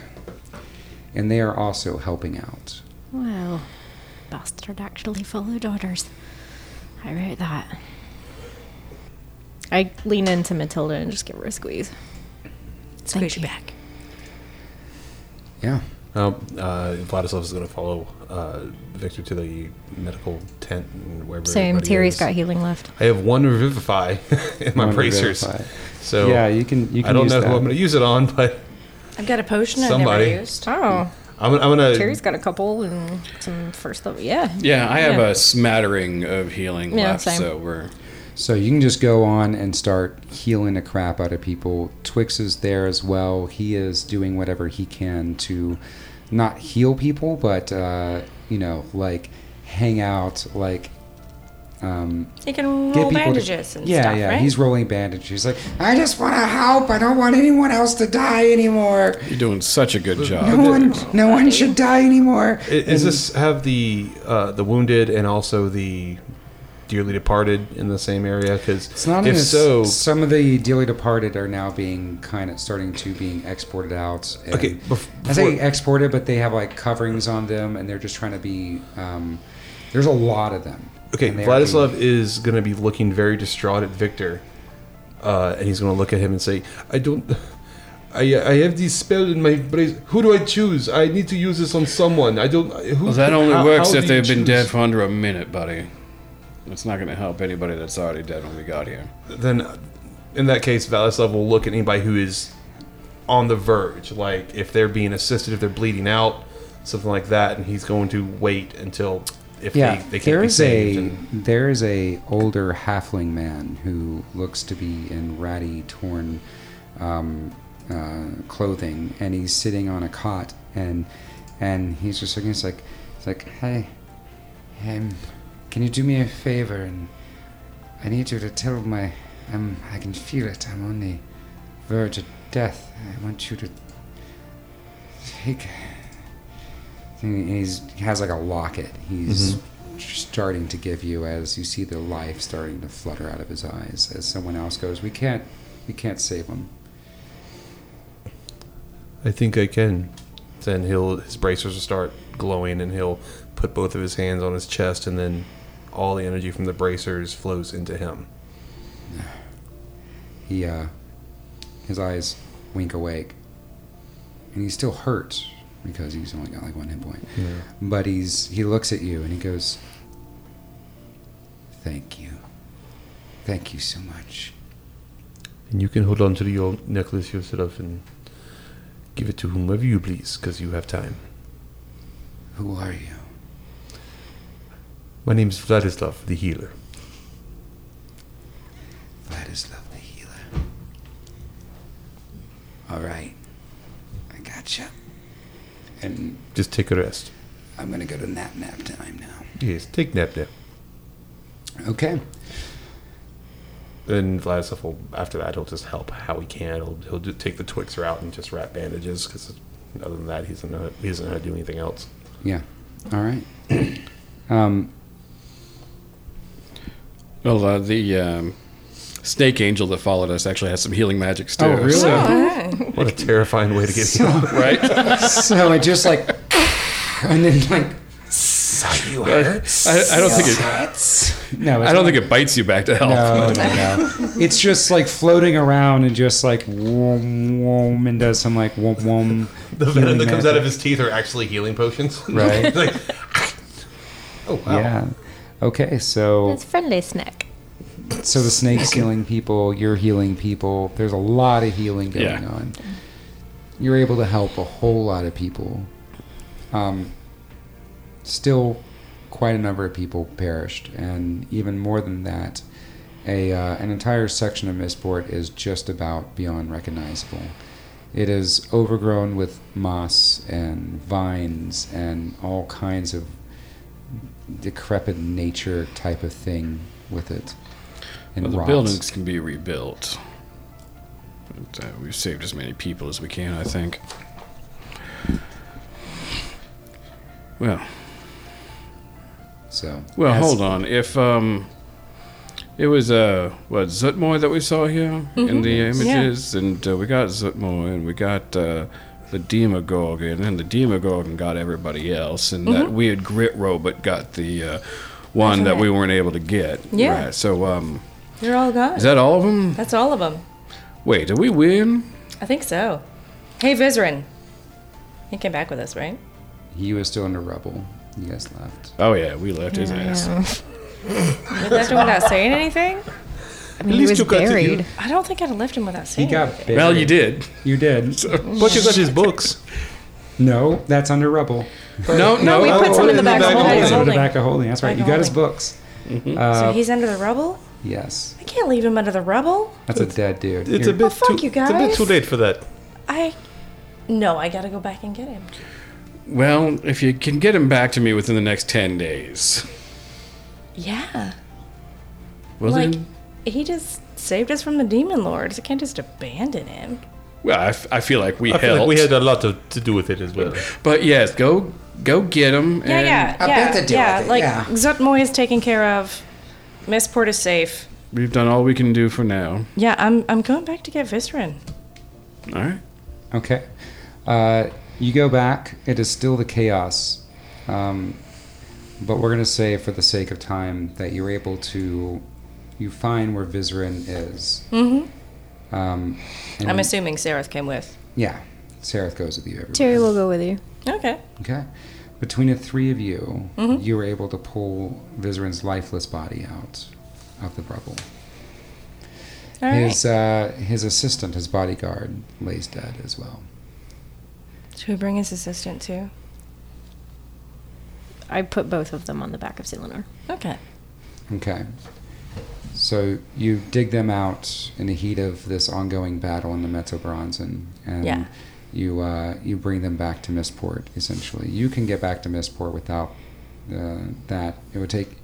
Speaker 1: and they are also helping out.
Speaker 10: Well, bastard actually followed orders. I wrote that.
Speaker 5: I lean into Matilda and just give her a squeeze.
Speaker 6: Squeeze you back.
Speaker 1: Yeah.
Speaker 7: Um, uh, Vladislav is going to follow uh, Victor to the medical tent and wherever.
Speaker 5: Same.
Speaker 7: everybody
Speaker 5: Terry's
Speaker 7: is.
Speaker 5: got healing left.
Speaker 7: I have
Speaker 4: [laughs]
Speaker 7: one revivify in my
Speaker 1: One
Speaker 7: bracers,
Speaker 1: Revivify.
Speaker 7: so
Speaker 1: yeah, you can. You can
Speaker 7: I don't
Speaker 1: use
Speaker 7: know
Speaker 1: that.
Speaker 7: who I'm going to use it on, [laughs] but
Speaker 6: I've got a potion I
Speaker 7: Somebody.
Speaker 6: never used.
Speaker 5: Oh,
Speaker 7: I'm, I'm going to.
Speaker 5: Terry's got a couple and some first level. Yeah.
Speaker 3: Yeah, I have
Speaker 5: Yeah.
Speaker 3: a smattering of healing
Speaker 5: Yeah,
Speaker 3: left,
Speaker 5: same.
Speaker 3: so we're
Speaker 1: So you can just go on and start healing the crap out of people. Twix is there as well. He is doing whatever he can to not heal people, but uh, you know, like hang out, like um,
Speaker 6: He can
Speaker 1: get people.
Speaker 6: roll
Speaker 1: to-
Speaker 6: bandages and
Speaker 1: yeah,
Speaker 6: stuff,
Speaker 1: yeah.
Speaker 6: right?
Speaker 1: He's rolling bandages. He's like, I just want to help. I don't want anyone else to die anymore.
Speaker 3: you're doing such a good
Speaker 1: No
Speaker 3: job.
Speaker 1: one, no one should die anymore.
Speaker 7: i- Is this have the uh, the wounded and also the dearly departed in the same area? Because
Speaker 1: It's not
Speaker 7: if
Speaker 1: even
Speaker 7: so,
Speaker 1: so. Some of the dearly departed are now being kind of starting to being exported out. And
Speaker 7: Okay, bef-
Speaker 1: I say
Speaker 7: before-
Speaker 1: exported, but they have like coverings on them, and they're just trying to be. Um, there's a lot of them.
Speaker 7: Okay,
Speaker 1: and they are
Speaker 7: Vladislav
Speaker 1: being-
Speaker 7: is going to be looking very distraught at Victor, uh, and he's going to look at him and say, "I don't, [laughs] I, I have this spell in my brace. Who do I choose? I need to use this on someone. I don't. Who,
Speaker 3: Well, that only
Speaker 7: how-
Speaker 3: works
Speaker 7: how
Speaker 3: if
Speaker 7: do you
Speaker 3: they've been dead
Speaker 7: choose?"
Speaker 3: for under a minute, buddy. It's not going to help anybody that's already dead when we got here.
Speaker 7: Then, in that case, Vladislav will look at anybody who is on the verge, like if they're being assisted, if they're bleeding out, something like that, and he's going to wait until if
Speaker 1: Yeah,
Speaker 7: they, they can't
Speaker 1: there
Speaker 7: be
Speaker 1: is
Speaker 7: saved.
Speaker 1: a
Speaker 7: and-
Speaker 1: there is a older halfling man who looks to be in ratty, torn um, uh, clothing, and he's sitting on a cot, and and he's just looking. It's like it's like, hey, um, can you do me a favor? And I need you to tell my, um, I can feel it. I'm on the verge of death. I want you to take and he's he has like a locket. He's starting to give you as you see the life starting to flutter out of his eyes as someone else goes, "We can't, we can't save him."
Speaker 7: I think I can. Then he'll his bracers will start glowing, and he'll put both of his hands on his chest, and then all the energy from the bracers flows into him.
Speaker 1: He, uh, his eyes wink awake, and he's still hurt because he's only got like one hit point. But he's he looks at you and he goes, "Thank you, thank you so much."
Speaker 7: And you can hold on to your necklace yourself and give it to whomever you please, because you have time.
Speaker 1: Who are you?
Speaker 7: My name is Vladislav, the healer.
Speaker 1: Vladislav the healer. All right, I gotcha. And
Speaker 7: Just take a rest.
Speaker 1: I'm gonna go to nap nap time now.
Speaker 7: Yes, take nap nap.
Speaker 1: Okay.
Speaker 7: And Vladislav will, after that, he'll just help how he can. He'll, he'll do, take the Twix route and just wrap bandages, because other than that, he doesn't know, he doesn't know how to do anything else.
Speaker 1: Yeah. All right. Um,
Speaker 3: Well, uh, the um, snake angel that followed us actually has some healing magic too.
Speaker 1: Oh, really?
Speaker 3: so-
Speaker 7: What a terrifying way to get healed.
Speaker 3: right?
Speaker 1: so I just like, [laughs] and then like. So you
Speaker 3: I, I don't think it.
Speaker 1: No, it's
Speaker 3: I don't
Speaker 1: not-
Speaker 3: think it bites you back to health.
Speaker 1: No, no, no. It's just like floating around and just like wom wom and does some like wom wom.
Speaker 7: [laughs] The venom that comes out of his teeth are actually healing potions. [laughs]
Speaker 1: Right.
Speaker 7: like, oh wow.
Speaker 1: Yeah. Okay, so
Speaker 5: It's friendly snack.
Speaker 1: So the snake's healing people, you're healing people. There's a lot of healing going
Speaker 3: Yeah.
Speaker 1: on. You're able to help a whole lot of people. Um, still, quite a number of people perished, and even more than that,
Speaker 9: a uh, an entire section of Mistport is just about beyond recognizable. It is overgrown with moss and vines and all kinds of decrepit nature type of thing with it. And
Speaker 3: Well, the
Speaker 9: rot.
Speaker 3: buildings can be rebuilt. But, uh, we've saved as many people as we can, I think. Well,
Speaker 9: So
Speaker 3: well,
Speaker 9: as-
Speaker 3: hold on. If um, it was uh, what Zutmoy that we saw here in the images, and uh, we got Zutmoy, and we got uh, the Demogorgon, and then the Demogorgon got everybody else, and that weird grit robot got the uh, one that we weren't able to get.
Speaker 6: Yeah.
Speaker 3: Right. So um,
Speaker 6: They're all gone.
Speaker 3: is that all of them?
Speaker 6: That's all of them.
Speaker 3: Wait, did we win?
Speaker 6: I think so. Hey, Vizrin. He came back with us, right?
Speaker 9: he was still in the rubble. You guys left.
Speaker 3: Oh yeah, we left his ass.
Speaker 5: Um,
Speaker 6: We left him without saying anything?
Speaker 5: I mean, he was buried.
Speaker 6: I don't think I'd have left him without
Speaker 9: He
Speaker 6: saying
Speaker 9: got
Speaker 6: anything.
Speaker 9: buried.
Speaker 3: Well, you did.
Speaker 9: You did.
Speaker 7: But you got his books.
Speaker 9: No, that's under rubble.
Speaker 3: No, no.
Speaker 5: we put some in the back
Speaker 7: back
Speaker 5: of the
Speaker 7: hole.
Speaker 5: hole.
Speaker 9: Under the
Speaker 6: holding.
Speaker 9: back of holding. That's right.
Speaker 6: Back
Speaker 9: You
Speaker 6: of
Speaker 9: got his
Speaker 6: holding.
Speaker 9: books. Uh,
Speaker 6: so he's under the rubble?
Speaker 9: yes,
Speaker 6: I can't leave him under the rubble.
Speaker 9: that's a dead dude.
Speaker 7: It's
Speaker 9: Here.
Speaker 7: a bit
Speaker 6: fuck
Speaker 7: too.
Speaker 6: you
Speaker 7: It's a bit
Speaker 6: guys.
Speaker 7: too late for that.
Speaker 6: I. No, I gotta go back and get him.
Speaker 3: Well, if you can get him back to me within the next ten days,
Speaker 6: Yeah.
Speaker 3: well
Speaker 6: like,
Speaker 3: then,
Speaker 6: he just saved us from the demon lords. I can't just abandon him.
Speaker 3: well, I, f- I feel like we
Speaker 7: I
Speaker 3: helped.
Speaker 7: feel like we had a lot to, to do with it as well.
Speaker 3: but yes, go go get him.
Speaker 6: Yeah,
Speaker 3: and
Speaker 6: yeah,
Speaker 9: I
Speaker 6: yeah.
Speaker 9: bet they deal
Speaker 6: yeah,
Speaker 9: with it,
Speaker 6: like
Speaker 9: yeah.
Speaker 6: Zutmoy is taken care of. Miss Port is safe.
Speaker 3: We've done all we can do for now.
Speaker 6: Yeah, I'm I'm going back to get Visrin.
Speaker 3: All right.
Speaker 9: Okay. Uh, you go back. It is still the chaos. Um, but we're going to say, for the sake of time, that you're able to. You find where Vizrin is. Mm-hmm. Um, and-
Speaker 6: I'm assuming Seraph came with.
Speaker 9: Yeah. Seraph goes with you everywhere.
Speaker 5: Terry will go with you.
Speaker 6: Okay.
Speaker 9: Okay. Between the three of you,
Speaker 6: Mm-hmm.
Speaker 9: you were able to pull Vizrin's lifeless body out of the rubble.
Speaker 6: All right.
Speaker 9: his uh, his assistant, his bodyguard, lays dead as well.
Speaker 6: Should we bring his assistant too?
Speaker 5: I put both of them on the back of Silinar.
Speaker 6: Okay.
Speaker 9: Okay. So you dig them out in the heat of this ongoing battle in the Metobronzon, and
Speaker 6: Yeah.
Speaker 9: you uh, you bring them back to Mistport. Essentially, you can get back to Mistport without uh, that. It would take.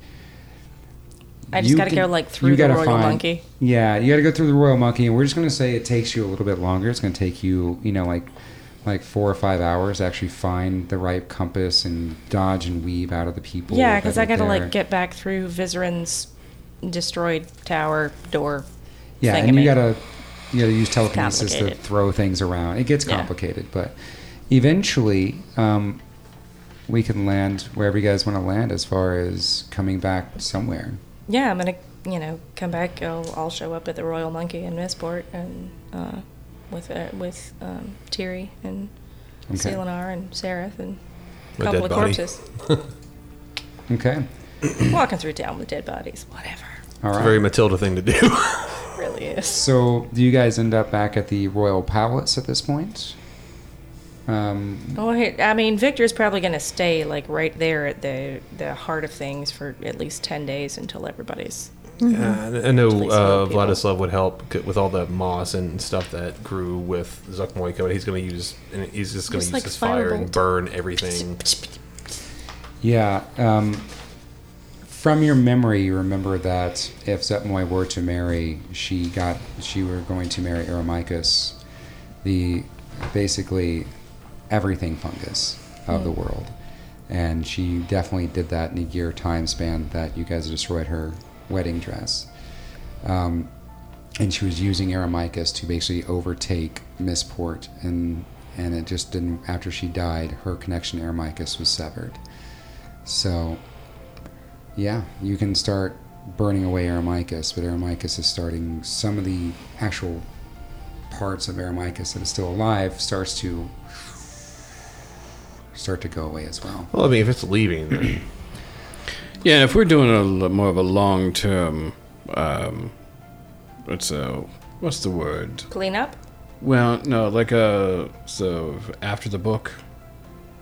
Speaker 6: I just
Speaker 9: you
Speaker 6: gotta
Speaker 9: can-
Speaker 6: go like
Speaker 9: you
Speaker 6: through the
Speaker 9: gotta
Speaker 6: royal
Speaker 9: find-
Speaker 6: monkey.
Speaker 9: Yeah, you got to go through the Royal Monkey, and we're just going to say it takes you a little bit longer. It's going to take you, you know, like like four or five hours to actually find the right compass and dodge and weave out of the people.
Speaker 6: Yeah,
Speaker 9: that
Speaker 6: because I
Speaker 9: are
Speaker 6: gotta
Speaker 9: there.
Speaker 6: like get back through Visrin's destroyed tower door.
Speaker 9: Yeah,
Speaker 6: thing
Speaker 9: and
Speaker 6: of
Speaker 9: you
Speaker 6: it.
Speaker 9: gotta you gotta use telekinesis to
Speaker 6: complicated.
Speaker 9: throw things around. It gets
Speaker 6: Yeah.
Speaker 9: complicated, but eventually um, we can land wherever you guys want to land. As far as coming back somewhere,
Speaker 6: Yeah, I'm gonna you know come back. I'll, I'll show up at the royal monkey in Missport and uh, with uh, with um, Tiri and
Speaker 9: Okay.
Speaker 6: Selinar and Seraph and a
Speaker 7: My
Speaker 6: couple
Speaker 7: dead
Speaker 6: of
Speaker 7: body.
Speaker 6: corpses
Speaker 7: [clears throat]
Speaker 9: okay,
Speaker 6: walking through town with dead bodies. Whatever.
Speaker 9: all
Speaker 7: It's
Speaker 9: right.
Speaker 7: a very Matilda thing to do. [laughs]
Speaker 6: It really is.
Speaker 9: so, do you guys end up back at the royal palace at this point? Um,
Speaker 6: Well, he- I mean, Victor's probably gonna stay like right there at the the heart of things for at least ten days until everybody's. Uh-huh.
Speaker 7: Yeah, Uh, I know
Speaker 6: Please
Speaker 7: uh,
Speaker 6: help people.
Speaker 7: Vladislav would help c- with all the moss and stuff that grew with Zuckmoyko, but he's going to use and he's just going to use
Speaker 6: Just like
Speaker 7: his fire and
Speaker 6: firebolt.
Speaker 7: burn everything.
Speaker 9: yeah. Um, from your memory, you remember that if Zepmoy were to marry, she got she were going to marry Eromicus, the basically everything fungus of the world. And she definitely did that in a year time span that you guys destroyed her wedding dress. Um, and she was using Aramicus to basically overtake Miss Port and and it just didn't after she died, her connection to Aramicus was severed. So yeah, you can start burning away Aramicus, but Aramicus is starting some of the actual parts of Aramicus that is still alive starts to start to go away as well.
Speaker 7: Well, I mean, if it's leaving,
Speaker 6: [coughs]
Speaker 7: then
Speaker 3: Yeah, and if we're doing a l- more of a long term, um, what's uh, what's the word?
Speaker 6: Clean up?
Speaker 3: Well, no, like a so after the book.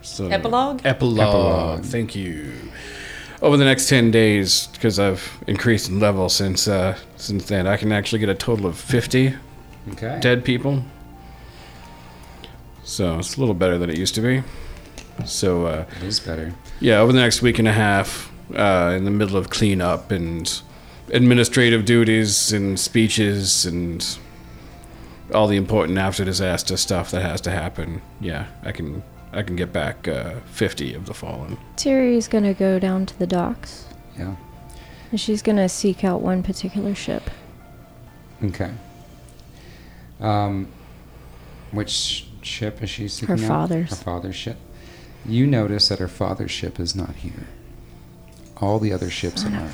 Speaker 3: So
Speaker 6: Epilogue?
Speaker 3: eh. Epilogue.
Speaker 9: Epilogue.
Speaker 3: Thank you. over the next 10 days, because I've increased in level since uh, since then, I can actually get a total of 50
Speaker 9: Okay.
Speaker 3: dead people. So it's a little better than it used to be. So uh,
Speaker 9: It is better.
Speaker 3: yeah, over the next week and a half, uh, in the middle of cleanup and administrative duties and speeches and all the important after disaster stuff that has to happen. Yeah, I can I can get back uh, 50 of the fallen.
Speaker 11: Tiri's gonna go down to the docks.
Speaker 9: Yeah.
Speaker 11: And she's gonna seek out one particular ship.
Speaker 9: Okay. Um, which ship is she seeking
Speaker 11: Her
Speaker 9: out?
Speaker 11: father's.
Speaker 9: Her father's ship. You notice that her father's ship is not here. All the other ships are.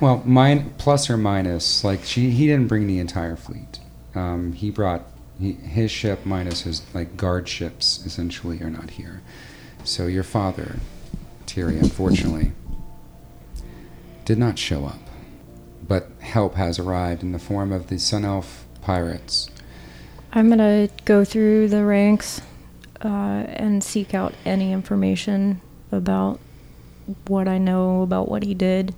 Speaker 9: Well, mine plus or minus, like she, he didn't bring the entire fleet. Um, he brought he, his ship minus his like guard ships essentially are not here. So your father, Tyrion, unfortunately, did not show up but help has arrived in the form of the Sun Elf pirates.
Speaker 5: I'm gonna go through the ranks uh, and seek out any information about what I know about what he did.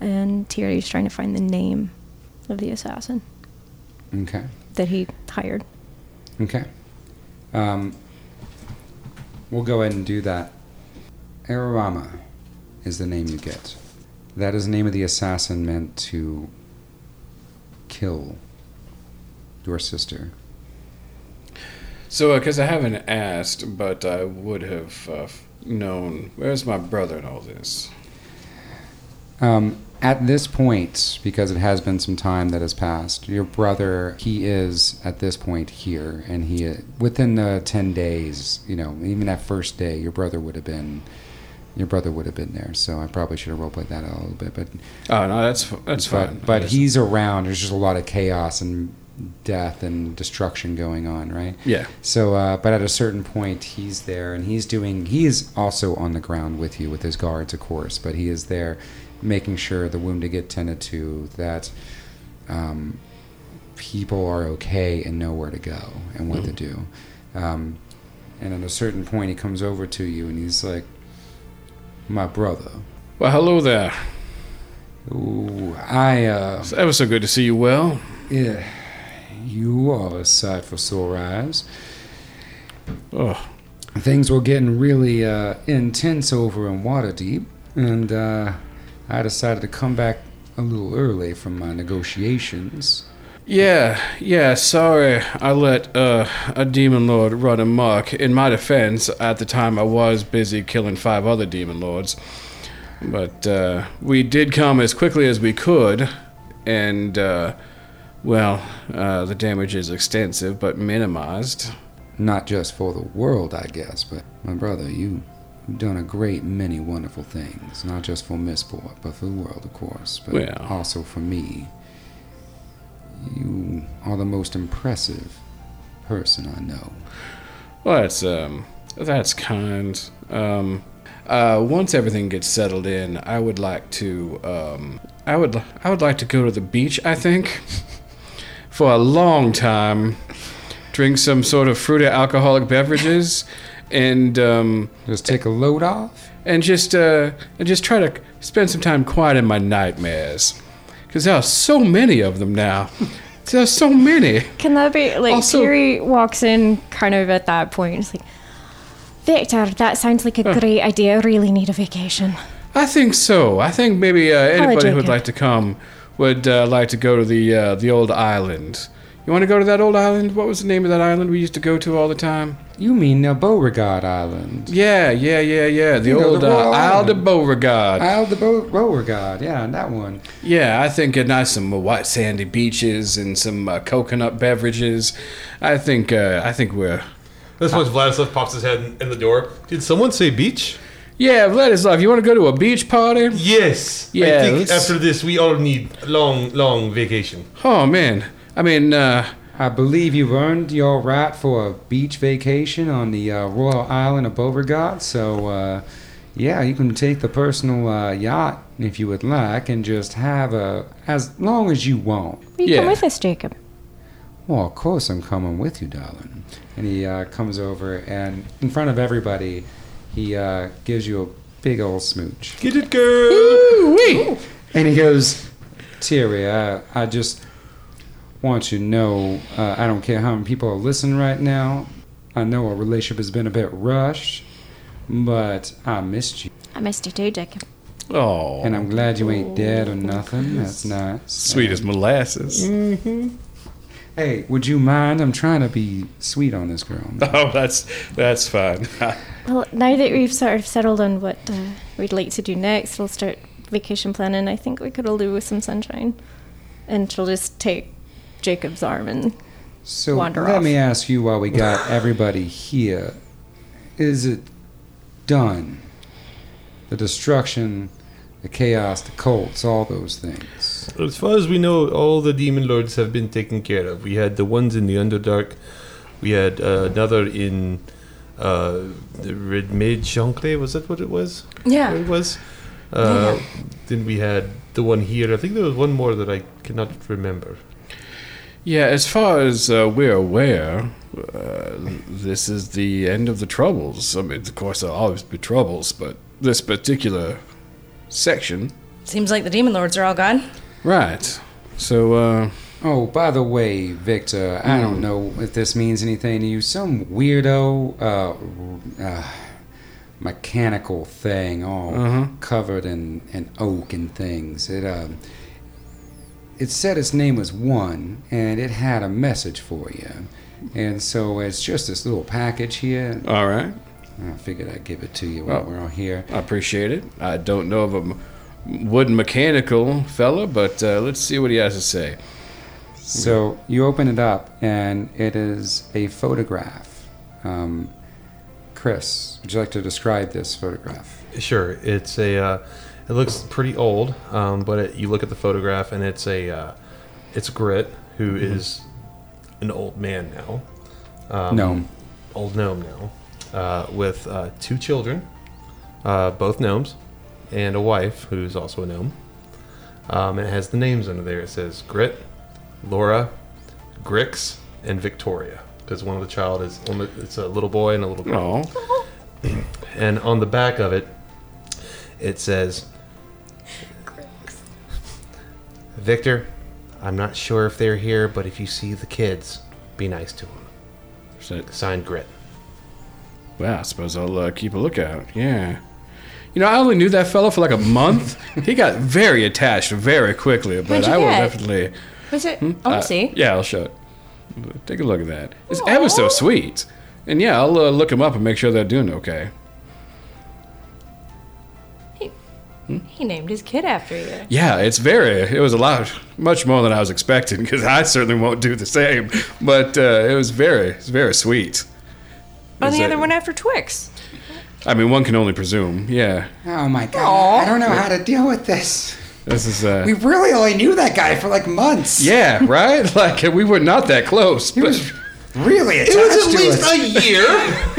Speaker 5: And Tiri's trying to find the name of the assassin
Speaker 9: Okay.
Speaker 5: that he hired.
Speaker 9: Okay. Um, we'll go ahead and do that. Ararama is the name you get. That is the name of the assassin meant to kill your sister.
Speaker 3: So, because I haven't asked, but I would have uh, known. Where's my brother in all this?
Speaker 9: Um, at this point, because it has been some time that has passed, your brother, he is at this point here, and he within the ten days, you know, even that first day, your brother would have been, your brother would have been there. So I probably should have roleplayed that out a little bit, but
Speaker 3: Oh no, that's f- that's fine.
Speaker 9: but, but he's around. There's just a lot of chaos and death and destruction going on, right?
Speaker 3: yeah.
Speaker 9: So, uh, but at a certain point, he's there, and he's doing. He is also on the ground with you, with his guards, of course. But he is there, making sure the wounded get tended to, that um, people are okay and know where to go and what to do. Um, and at a certain point, he comes over to you, and he's like, "My brother,
Speaker 3: Well, hello there.
Speaker 9: ooh, I uh,
Speaker 3: It's ever so good to see you. Well,
Speaker 9: yeah, you are a sight for sore eyes."
Speaker 3: oh,
Speaker 9: things were getting really uh, intense over in Waterdeep, and uh, I decided to come back a little early from my negotiations.
Speaker 3: Yeah, yeah, sorry I let uh, a demon lord run amok. In my defense, at the time I was busy killing five other demon lords. But uh, we did come as quickly as we could, and, uh, well, uh, the damage is extensive but minimized.
Speaker 9: Not just for the world, I guess, but my brother, you, you've done a great many wonderful things. Not just for Missport, but for the world, of course, but
Speaker 3: Well.
Speaker 9: also for me. You are the most impressive person I know.
Speaker 3: Well, that's um, that's kind. Um, uh, once everything gets settled in, I would like to um, I would I would like to go to the beach. I think [laughs] for a long time, drink some sort of fruity alcoholic beverages, and um,
Speaker 9: Just take a load off.
Speaker 3: and just uh, and just try to spend some time quiet in my nightmares, because there are so many of them now. [laughs] There are so many.
Speaker 5: Can that be like
Speaker 3: Also-
Speaker 5: Tiri walks in kind of at that point? It's like
Speaker 11: Victor, that sounds like a great idea. I really need a vacation.
Speaker 3: I think so. I think maybe uh, anybody who would
Speaker 11: Jacob.
Speaker 3: like to come would uh, like to go to the uh, the old island. You want to go to that old island? What was the name of that island we used to go to all the time?
Speaker 9: You mean uh, Beauregard Island?
Speaker 3: Yeah, yeah, yeah, yeah. The
Speaker 9: You know,
Speaker 3: old
Speaker 9: the
Speaker 3: uh,
Speaker 9: Royal
Speaker 3: Isle de
Speaker 9: Island.
Speaker 3: Beauregard.
Speaker 9: Isle the Bo- Beauregard, yeah, that one.
Speaker 3: yeah, I think a nice some white sandy beaches and some uh, coconut beverages. I think uh, I think we're
Speaker 4: This much Vladislav pops his head in, in the door.
Speaker 7: Did someone say beach?
Speaker 3: yeah, Vladislav. You want to go to a beach party?
Speaker 7: Yes.
Speaker 3: Yeah,
Speaker 7: I think
Speaker 3: let's-
Speaker 7: after this, we all need a long, long vacation.
Speaker 3: Oh man, I mean. Uh,
Speaker 9: I believe you've earned your right for a beach vacation on the uh, Royal Island of Beauregard. So, uh, yeah, you can take the personal uh, yacht if you would like and just have a as long as you want.
Speaker 11: Will you come
Speaker 3: Yeah.
Speaker 11: with us, Jacob?
Speaker 9: Well, of course, I'm coming with you, darling. And he uh, comes over and in front of everybody, he uh, gives you big old smooch.
Speaker 7: Get it, girl.
Speaker 9: And he goes, Terry, I, I just want you to know uh, I don't care how many people are listening right now. I know our relationship has been a bit rushed, but I missed you.
Speaker 11: I missed you too, Jacob.
Speaker 3: Oh,
Speaker 9: And I'm glad you ain't dead or nothing. That's nice.
Speaker 3: sweet as molasses.
Speaker 9: Hey, would you mind? I'm trying to be sweet on this girl.
Speaker 3: [laughs] Oh, that's that's fine. [laughs]
Speaker 5: Well, now that we've sort of settled on what uh, we'd like to do next, we'll start vacation planning. I think we could all do with some sunshine. And she'll just take Jacob's arm and.
Speaker 9: So
Speaker 5: Wander
Speaker 9: let
Speaker 5: off.
Speaker 9: me ask you while
Speaker 5: [sighs]
Speaker 9: we got everybody here is it done? The destruction, the chaos, the cults, all those things.
Speaker 7: As far as we know, all the demon lords have been taken care of. We had the ones in the Underdark. We had uh, another in uh, the Red Mage Enclave. Was that what it was?
Speaker 6: Yeah.
Speaker 7: What it was. Uh, Then we had the one here. I think there was one more that I cannot remember.
Speaker 3: Yeah, as far as uh, we're aware, uh, this is the end of the troubles. I mean, of course, there'll always be troubles, but this particular section,
Speaker 6: Seems like the demon lords are all gone.
Speaker 3: right? So, uh,
Speaker 9: Oh, by the way, Victor, I don't know if this means anything to you. Some weirdo, uh, uh, mechanical thing, all covered in, in oak and things. It um, it said its name was One, and it had a message for you. And so it's just this little package here.
Speaker 3: all right,
Speaker 9: I figured I'd give it to you while
Speaker 3: Oh.
Speaker 9: we're all here.
Speaker 3: I appreciate it. I don't know of a m- wood mechanical fella, but uh, let's see what he has to say.
Speaker 9: So you open it up, and it is a photograph. Um, Chris, would you like to describe this photograph?
Speaker 7: Sure, it's a. Uh, it looks pretty old, um, but it, you look at the photograph and it's a. Uh, it's Grit, who is an old man now. Um,
Speaker 9: Gnome.
Speaker 7: Old gnome now, uh, with uh, two children, uh, both gnomes, and a wife who's also a gnome. Um, and it has the names under there. It says Grit, Laura, Grix, and Victoria. Because one of the child is one of the- it's a little boy and a little girl
Speaker 3: Oh,
Speaker 7: and on the back of it, it says, "Victor, I'm not sure if they're here, but if you see the kids, be nice to them." Signed, Grit.
Speaker 3: Well, I suppose I'll uh, keep a lookout. Yeah. You know, I only knew that fella for like a
Speaker 6: [laughs]
Speaker 3: month. he got very attached very quickly, but
Speaker 6: What'd you
Speaker 3: I will
Speaker 6: get?
Speaker 3: definitely.
Speaker 6: Was it?
Speaker 3: uh, yeah, I'll show it. Take a look at that. It's ever so sweet. And yeah, I'll uh, look him up and make sure they're doing okay.
Speaker 6: He named his kid after you.
Speaker 3: Yeah, it's very. It was a lot, much more than I was expecting, because I certainly won't do the same. But uh, it was very, it's very sweet.
Speaker 6: Oh,
Speaker 3: Is
Speaker 6: the
Speaker 3: that-
Speaker 6: other one after Twix.
Speaker 3: I mean, one can only presume. Yeah,
Speaker 9: Oh my god! I don't know how to deal
Speaker 1: [laughs]
Speaker 9: with this.
Speaker 3: this is. Uh,
Speaker 9: We really only knew that guy for like months.
Speaker 3: yeah, right. [laughs] Like we were not that close. But,
Speaker 9: really attached to us.
Speaker 7: a year, [laughs]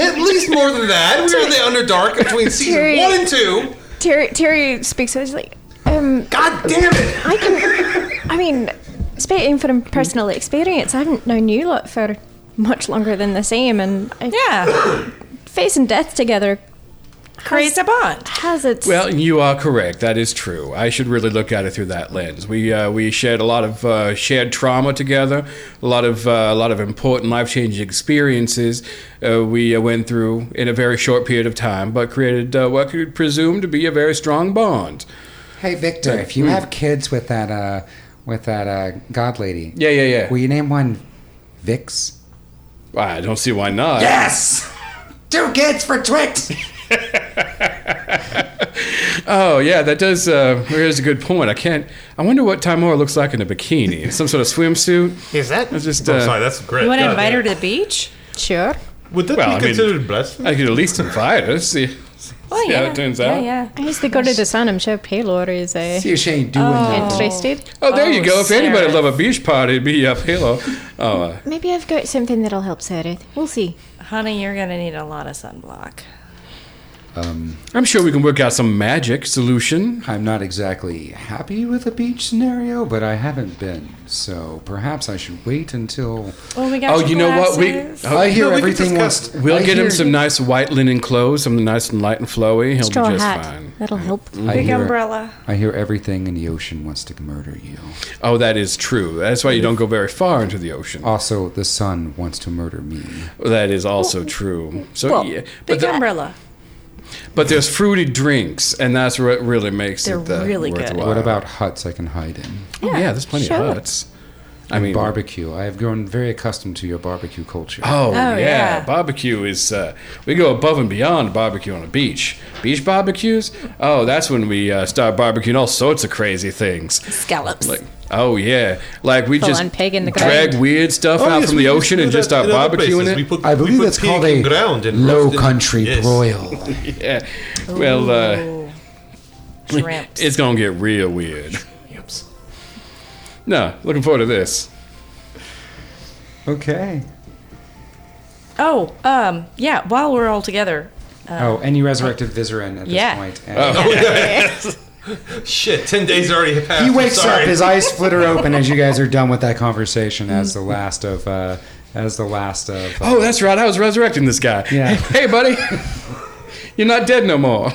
Speaker 7: at least more than that. We were in the Underdark between season
Speaker 5: Terry. one
Speaker 7: and two.
Speaker 5: Terry, Terry speaks, so he's like, um,
Speaker 7: God damn it!
Speaker 5: I can. I mean, speaking from personal experience, I haven't known you lot for much longer than the same, and I,
Speaker 6: [laughs] Yeah,
Speaker 5: facing death together
Speaker 6: creates a bond.
Speaker 5: has its.
Speaker 3: Well, you are correct. That is true. I should really look at it through that lens. We uh, we shared a lot of uh, shared trauma together, a lot of uh, a lot of important life changing experiences uh, we uh, went through in a very short period of time, but created uh, what could presume to be a very strong bond.
Speaker 9: Hey Victor, if you have kids with that uh, with that uh, god lady,
Speaker 3: Yeah, yeah, yeah.
Speaker 9: will you name one Vix?
Speaker 3: I don't see why not.
Speaker 9: Yes, two kids
Speaker 3: [laughs]
Speaker 9: for Twix.
Speaker 3: Oh yeah, that does. Uh, here's a good point. I can't. I wonder what Timora looks like in a bikini, some sort of swimsuit.
Speaker 7: Is that?
Speaker 3: It's just.
Speaker 7: I'm
Speaker 3: Uh,
Speaker 7: sorry, that's Grit.
Speaker 6: You want to
Speaker 7: God
Speaker 6: invite her
Speaker 7: damn it.
Speaker 6: to the beach?
Speaker 5: sure.
Speaker 7: Would that
Speaker 3: Well,
Speaker 7: be
Speaker 3: I mean-
Speaker 7: considered blasphemy?
Speaker 3: I could at least invite her. See,
Speaker 6: Oh
Speaker 3: see
Speaker 6: yeah.
Speaker 3: how it turns
Speaker 6: yeah,
Speaker 3: out.
Speaker 6: Yeah,
Speaker 5: I used to go to the sun. I'm sure Paylor is
Speaker 1: [laughs]
Speaker 5: uh,
Speaker 9: See if she ain't doing nothing.
Speaker 5: interested.
Speaker 3: Oh, there you
Speaker 6: Oh,
Speaker 3: go. If anybody
Speaker 6: Sarah.
Speaker 3: would love a beach party, it'd be uh, Halo. Oh, uh,
Speaker 11: Maybe I've got something that'll help Sarah. We'll see.
Speaker 6: Honey, you're gonna need a lot of sunblock.
Speaker 3: I'm sure we can work out some magic solution.
Speaker 1: I'm not exactly happy with a beach scenario, but I haven't been, so perhaps I should wait until
Speaker 6: Oh, we got
Speaker 3: Oh,
Speaker 6: your
Speaker 3: you know what? We
Speaker 6: glasses.
Speaker 3: oh,
Speaker 1: I hear
Speaker 3: no, we can
Speaker 1: everything
Speaker 3: discuss-
Speaker 1: was.
Speaker 3: We'll
Speaker 1: I
Speaker 3: get
Speaker 1: hear-
Speaker 3: him some nice white linen clothes, something nice and light and flowy. He'll
Speaker 5: Straw
Speaker 3: be just
Speaker 5: hat.
Speaker 3: fine. Mm.
Speaker 5: That'll help.
Speaker 1: I
Speaker 6: Big
Speaker 1: hear-
Speaker 6: umbrella.
Speaker 1: I hear everything in the ocean wants to murder you.
Speaker 3: Oh, that is true. That's why you don't go very far into the ocean.
Speaker 1: Also, the sun wants to murder me.
Speaker 3: That is also true. So
Speaker 5: well,
Speaker 3: yeah,
Speaker 6: Big
Speaker 3: but, the-
Speaker 6: umbrella.
Speaker 3: but there's fruity drinks, and that's what really makes
Speaker 6: They're
Speaker 3: it the
Speaker 6: really good.
Speaker 3: worthwhile.
Speaker 1: What about huts I can hide in?
Speaker 3: Oh, yeah, there's plenty
Speaker 5: sure.
Speaker 3: of huts. I
Speaker 1: And
Speaker 3: mean,
Speaker 1: barbecue. I have grown very accustomed to your barbecue culture.
Speaker 3: Oh, yeah.
Speaker 6: yeah.
Speaker 3: barbecue is uh, we go above and beyond barbecue on a beach. Beach barbecues. Oh, that's when we uh, start barbecuing all sorts of crazy things.
Speaker 6: Scallops.
Speaker 3: Like oh yeah, like we
Speaker 9: Full
Speaker 3: just
Speaker 9: on pig in the
Speaker 3: drag
Speaker 9: ground.
Speaker 3: weird stuff
Speaker 7: Oh,
Speaker 3: out
Speaker 7: yes,
Speaker 3: from
Speaker 7: we
Speaker 3: the
Speaker 7: used to
Speaker 3: ocean
Speaker 7: do
Speaker 3: and
Speaker 7: that
Speaker 3: just start
Speaker 7: in other
Speaker 3: barbecuing
Speaker 7: places.
Speaker 3: it.
Speaker 7: We put,
Speaker 1: I
Speaker 7: we
Speaker 1: believe
Speaker 7: put
Speaker 1: that's
Speaker 7: pig
Speaker 1: called
Speaker 7: in
Speaker 1: a
Speaker 7: ground and
Speaker 1: low
Speaker 7: roasted-
Speaker 1: country
Speaker 7: yes.
Speaker 1: broil.
Speaker 3: yeah. Well, uh, [laughs]
Speaker 6: Shrimps.
Speaker 3: it's gonna get real weird. No, looking forward to this.
Speaker 1: Okay.
Speaker 6: Oh, um, yeah. While we're all together,
Speaker 1: oh, and you resurrected Viserin at this
Speaker 6: Yeah.
Speaker 1: point. And
Speaker 7: Shit, 10 days already passed.
Speaker 1: He
Speaker 7: I'm
Speaker 1: wakes
Speaker 7: sorry.
Speaker 1: up, his eyes flitter open as you guys are done with that conversation. As the last of, uh, as the last of. uh,
Speaker 3: Oh, that's right. I was resurrecting this guy.
Speaker 1: Yeah.
Speaker 3: Hey, buddy. [laughs] You're not dead no more.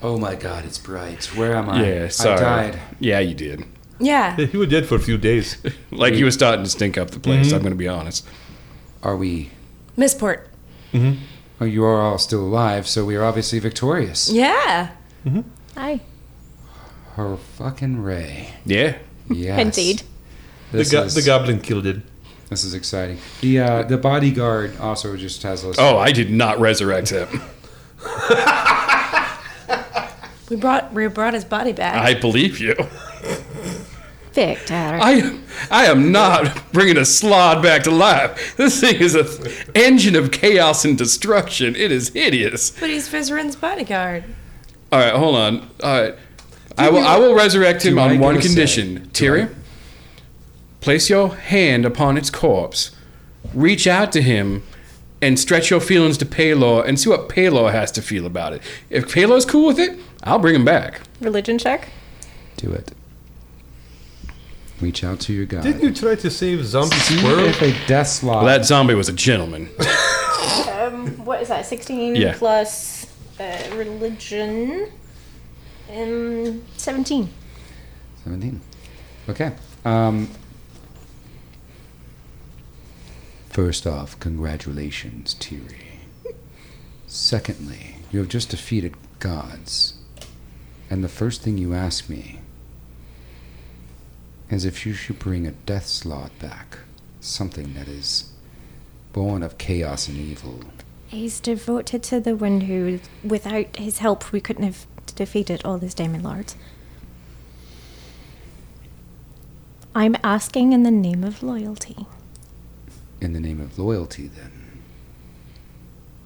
Speaker 1: oh my God, it's bright. Where am I?
Speaker 3: Yeah, sorry.
Speaker 1: I died.
Speaker 3: Yeah, you did.
Speaker 6: yeah.
Speaker 7: You were dead for a few days.
Speaker 3: Like you were starting to stink up the place. I'm going to be honest.
Speaker 1: Are we?
Speaker 6: Missport.
Speaker 1: Oh, you are all still alive, so we are obviously victorious.
Speaker 6: Yeah.
Speaker 9: Hi.
Speaker 1: Her fucking ray.
Speaker 3: Yeah.
Speaker 1: Yes.
Speaker 9: Indeed.
Speaker 7: The,
Speaker 1: This
Speaker 7: go-
Speaker 1: is,
Speaker 7: the goblin killed it.
Speaker 1: This is exciting. The uh, the bodyguard also just has a.
Speaker 3: Oh, I did not resurrect him.
Speaker 6: We brought we brought his body back.
Speaker 3: [laughs] I believe you.
Speaker 5: Victor.
Speaker 3: I I am not bringing a slod back to life. This thing is an engine of chaos and destruction. It is hideous.
Speaker 6: but he's Vizrin's bodyguard.
Speaker 3: All right, hold on. All right. I will, I will resurrect him
Speaker 1: Do I
Speaker 3: on one
Speaker 1: go say-
Speaker 3: condition. Tyrion, place your hand upon its corpse, reach out to him, and stretch your feelings to Paylor and see what Paylor has to feel about it. If Paylor's cool with it, I'll bring him back.
Speaker 9: Religion check.
Speaker 1: Do it. Reach out to your god.
Speaker 7: Didn't you try to save zombie
Speaker 1: See
Speaker 7: squirrel?
Speaker 1: if a death slot.
Speaker 3: Well, that zombie was
Speaker 12: [laughs]
Speaker 3: a gentleman.
Speaker 12: Um, What is that? 16
Speaker 3: Yeah.
Speaker 12: plus uh, religion. Um, 17.
Speaker 1: 17. Okay. Um, first off, congratulations, Tiri. Secondly, you have just defeated gods. And the first thing you ask me is if you should bring a death slot back, something that is born of chaos and evil.
Speaker 5: He's devoted to the one who, without his help, we couldn't have defeated all these demon lords. I'm asking in the name of loyalty.
Speaker 1: In the name of loyalty, then,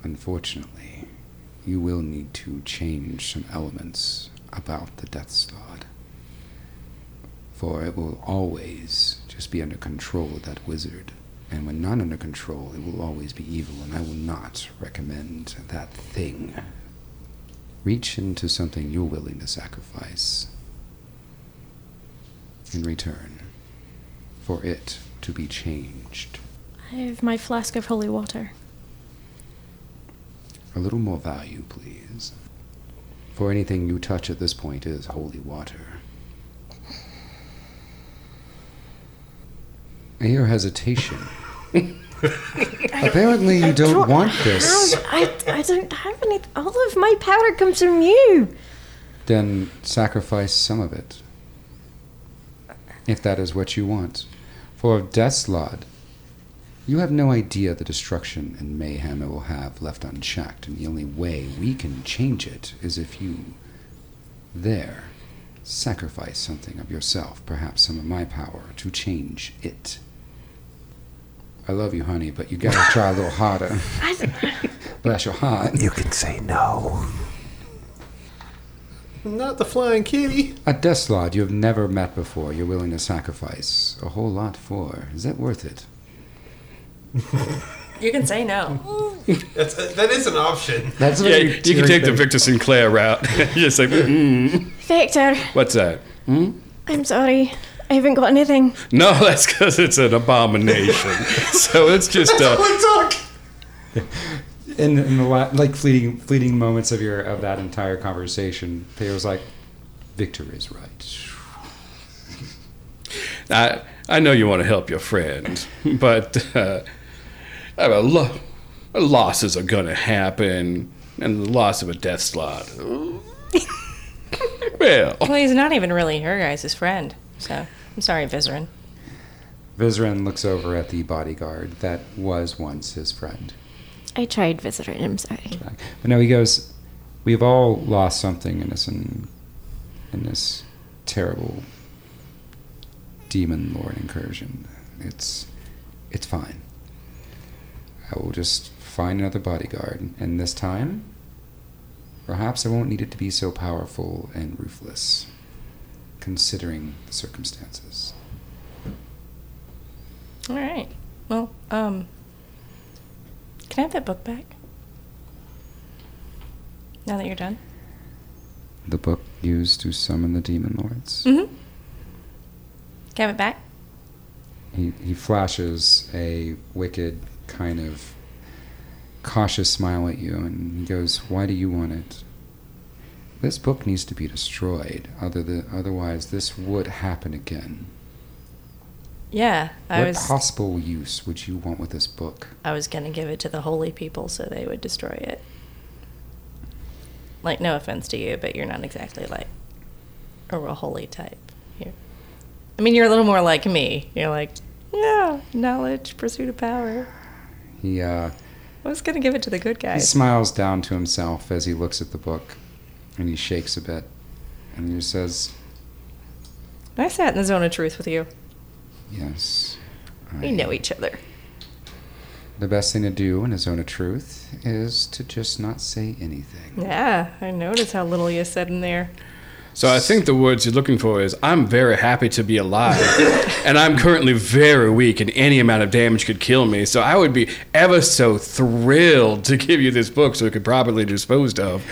Speaker 1: unfortunately, you will need to change some elements about the Death Star. For it will always just be under control of that wizard. And when not under control, it will always be evil, and I will not recommend that thing. Reach into something you're willing to sacrifice in return for it to be changed.
Speaker 5: I have my flask of holy water.
Speaker 1: A little more value, please. For anything you touch at this point is holy water. I hear hesitation. Apparently, you don't want this.
Speaker 5: I, I don't have any. All of my powder comes from you.
Speaker 1: Then sacrifice some of it. If that is what you want. For of Deathlod, you have no idea the destruction and mayhem it will have left unchecked, and the only way we can change it is if you, there, sacrifice something of yourself, perhaps some of my power, to change it. I love you, honey, but you gotta try a little harder. Bless your heart.
Speaker 7: Not the flying kitty.
Speaker 1: A Deslod you have never met before, you're willing to sacrifice a whole lot for. Is that worth it?
Speaker 6: You can say no.
Speaker 13: That's, that is an option.
Speaker 1: That's
Speaker 3: Yeah, you can take the Victor Sinclair route. [laughs] Just like, mm,
Speaker 5: Victor,
Speaker 3: what's that?
Speaker 5: I'm sorry. I haven't got anything.
Speaker 3: No, [laughs] that's because it's an abomination. [laughs] so it's just uh,
Speaker 1: in, in the la- like fleeting fleeting moments of your of that entire conversation, Theo's like, "Victor is right."
Speaker 3: I I know you want to help your friend, [laughs] but uh, I mean, lo- losses are gonna happen, and the loss of a death slot. [laughs] well,
Speaker 6: Well, he's not even really her guys' friend. So I'm sorry, Vizarin.
Speaker 1: Vizrin looks over at the bodyguard that was once his friend.
Speaker 5: I tried visiting. I'm sorry.
Speaker 1: But no, he goes, "We've all lost something in this in, in this terrible demon lord incursion. It's it's fine. I will just find another bodyguard, and this time, perhaps I won't need it to be so powerful and ruthless, considering the circumstances."
Speaker 6: All right. Well, um, can I have that book back? Now that you're done.
Speaker 1: The book used to summon the demon lords.
Speaker 6: Mm-hmm. Can I have it back?
Speaker 1: He, he flashes a wicked kind of cautious smile at you and he goes, Why do you want it? This book needs to be destroyed. Other than, otherwise, this would happen again.
Speaker 6: Yeah, I
Speaker 1: what
Speaker 6: was.
Speaker 1: possible use would you want with this book?
Speaker 6: I was gonna give it to the holy people so they would destroy it. Like, no offense to you, but you're not exactly like a real holy type. You're, I mean, you're a little more like me. You're like, yeah, knowledge, pursuit of power.
Speaker 1: He, uh,
Speaker 6: I was gonna give it to the good
Speaker 1: he
Speaker 6: guys.
Speaker 1: smiles down to himself as he looks at the book and he shakes a bit and he says,
Speaker 6: I sat in the zone of truth with you.
Speaker 1: Yes.
Speaker 6: We
Speaker 1: I-
Speaker 6: know each other.
Speaker 1: The best thing to do in a zone of truth is to just not say anything.
Speaker 6: Yeah, I noticed how little you said in there.
Speaker 3: so I think the words you're looking for is I'm very happy to
Speaker 1: [laughs]
Speaker 3: be alive, and I'm currently very weak, and any amount of damage could kill me. So I would be ever so thrilled to give you this book so it could properly be disposed of.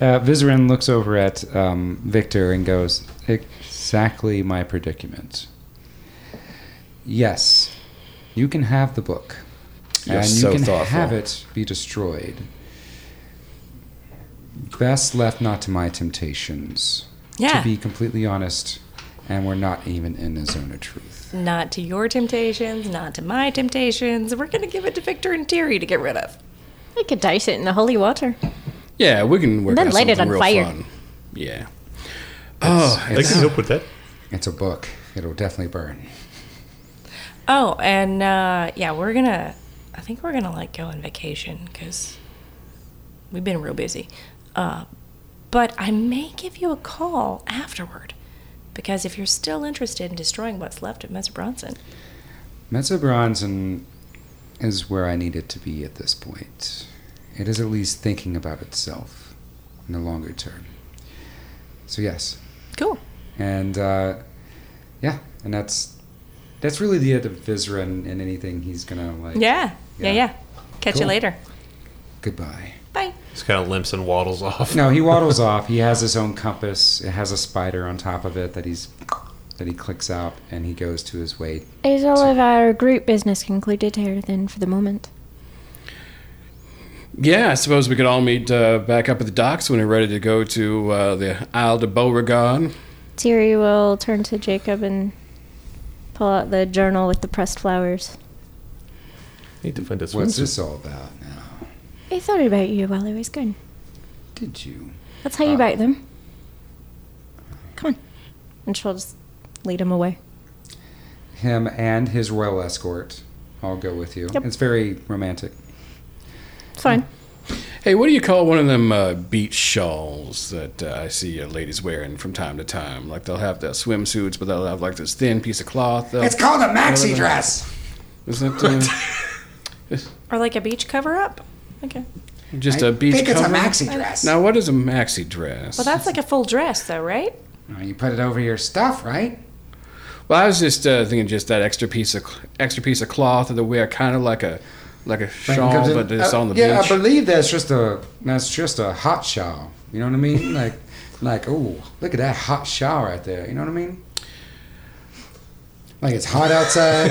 Speaker 1: Uh, Vizarin looks over at um, Victor and goes, Exactly my predicament. Yes, you can have the book.
Speaker 3: You're
Speaker 1: and
Speaker 3: so
Speaker 1: you can
Speaker 3: thoughtful.
Speaker 1: have it be destroyed. Best left not to my temptations.
Speaker 6: Yeah.
Speaker 1: To be completely honest, and we're not even in a zone of truth.
Speaker 6: Not to your temptations, not to my temptations. We're gonna give it to Victor and Terry to get rid of.
Speaker 11: I could dice it in the holy water.
Speaker 3: Yeah, we can work
Speaker 11: Then
Speaker 3: out
Speaker 11: light it
Speaker 3: something
Speaker 11: on
Speaker 3: real
Speaker 11: fire.
Speaker 3: fun. Yeah. Oh,
Speaker 1: It's,
Speaker 7: can help with that.
Speaker 1: it's a book. It'll definitely burn.
Speaker 6: Oh, and uh, yeah, we're gonna. I think we're gonna like go on vacation because we've been real busy. Uh, but I may give you a call afterward because if you're still interested in destroying what's left of Mesa Bronson,
Speaker 1: Mezzo Bronson is where I need it to be at this point. It is at least thinking about itself in the longer term. So yes,
Speaker 6: cool.
Speaker 1: and uh, yeah, and that's that's really the end of Vizra and, and anything he's gonna like.
Speaker 6: Yeah, yeah, yeah.
Speaker 1: Yeah.
Speaker 6: Catch you
Speaker 1: Cool.
Speaker 6: later.
Speaker 1: Goodbye.
Speaker 6: Bye.
Speaker 7: Just kind of limps and waddles off.
Speaker 1: No, he waddles off. He has his own compass. It has a spider on top of it that he's that he clicks out, and he goes to his way.
Speaker 5: Is all of our group business concluded here then for the moment?
Speaker 3: Yeah, I suppose we could all meet uh, back up at the docks when we're ready to go to uh, the Isle de Beauregard.
Speaker 11: Tiri will turn to Jacob and pull out the journal with the pressed flowers.
Speaker 7: Need to find a
Speaker 1: What's
Speaker 7: swimsuit.
Speaker 1: this all about now?
Speaker 5: I thought about you while I was gone.
Speaker 1: Did you?
Speaker 11: I'll tell you about them. Come on. And she'll just lead him away.
Speaker 1: him and his royal escort all go with you.
Speaker 11: Yep.
Speaker 1: It's very romantic.
Speaker 11: It's fine.
Speaker 3: Hey, what do you call one of them uh, beach shawls that uh, I see uh, ladies wearing from time to time? Like they'll have their swimsuits, but they'll have like this thin piece of cloth. uh,
Speaker 1: called a maxi
Speaker 3: Whatever.
Speaker 1: dress.
Speaker 3: is that, uh,
Speaker 6: Or like a beach cover up. Okay.
Speaker 3: just a beach cover?
Speaker 1: dress.
Speaker 3: Now, what is a maxi dress?
Speaker 6: Well, that's like a full dress though, right?
Speaker 1: You put it over your stuff, right?
Speaker 3: Well, I was just uh, thinking just that extra piece of extra piece of cloth that they wear, kind of like a like a
Speaker 9: Franklin
Speaker 3: shawl,
Speaker 9: comes in,
Speaker 3: but it's
Speaker 9: "Uh,
Speaker 3: on the
Speaker 9: yeah,
Speaker 3: beach.
Speaker 9: I believe that's just a that's just a hot shower. You know what
Speaker 1: [laughs]
Speaker 9: I mean? Like, like oh, look at that hot shower right there. You know what I mean? Like it's hot outside,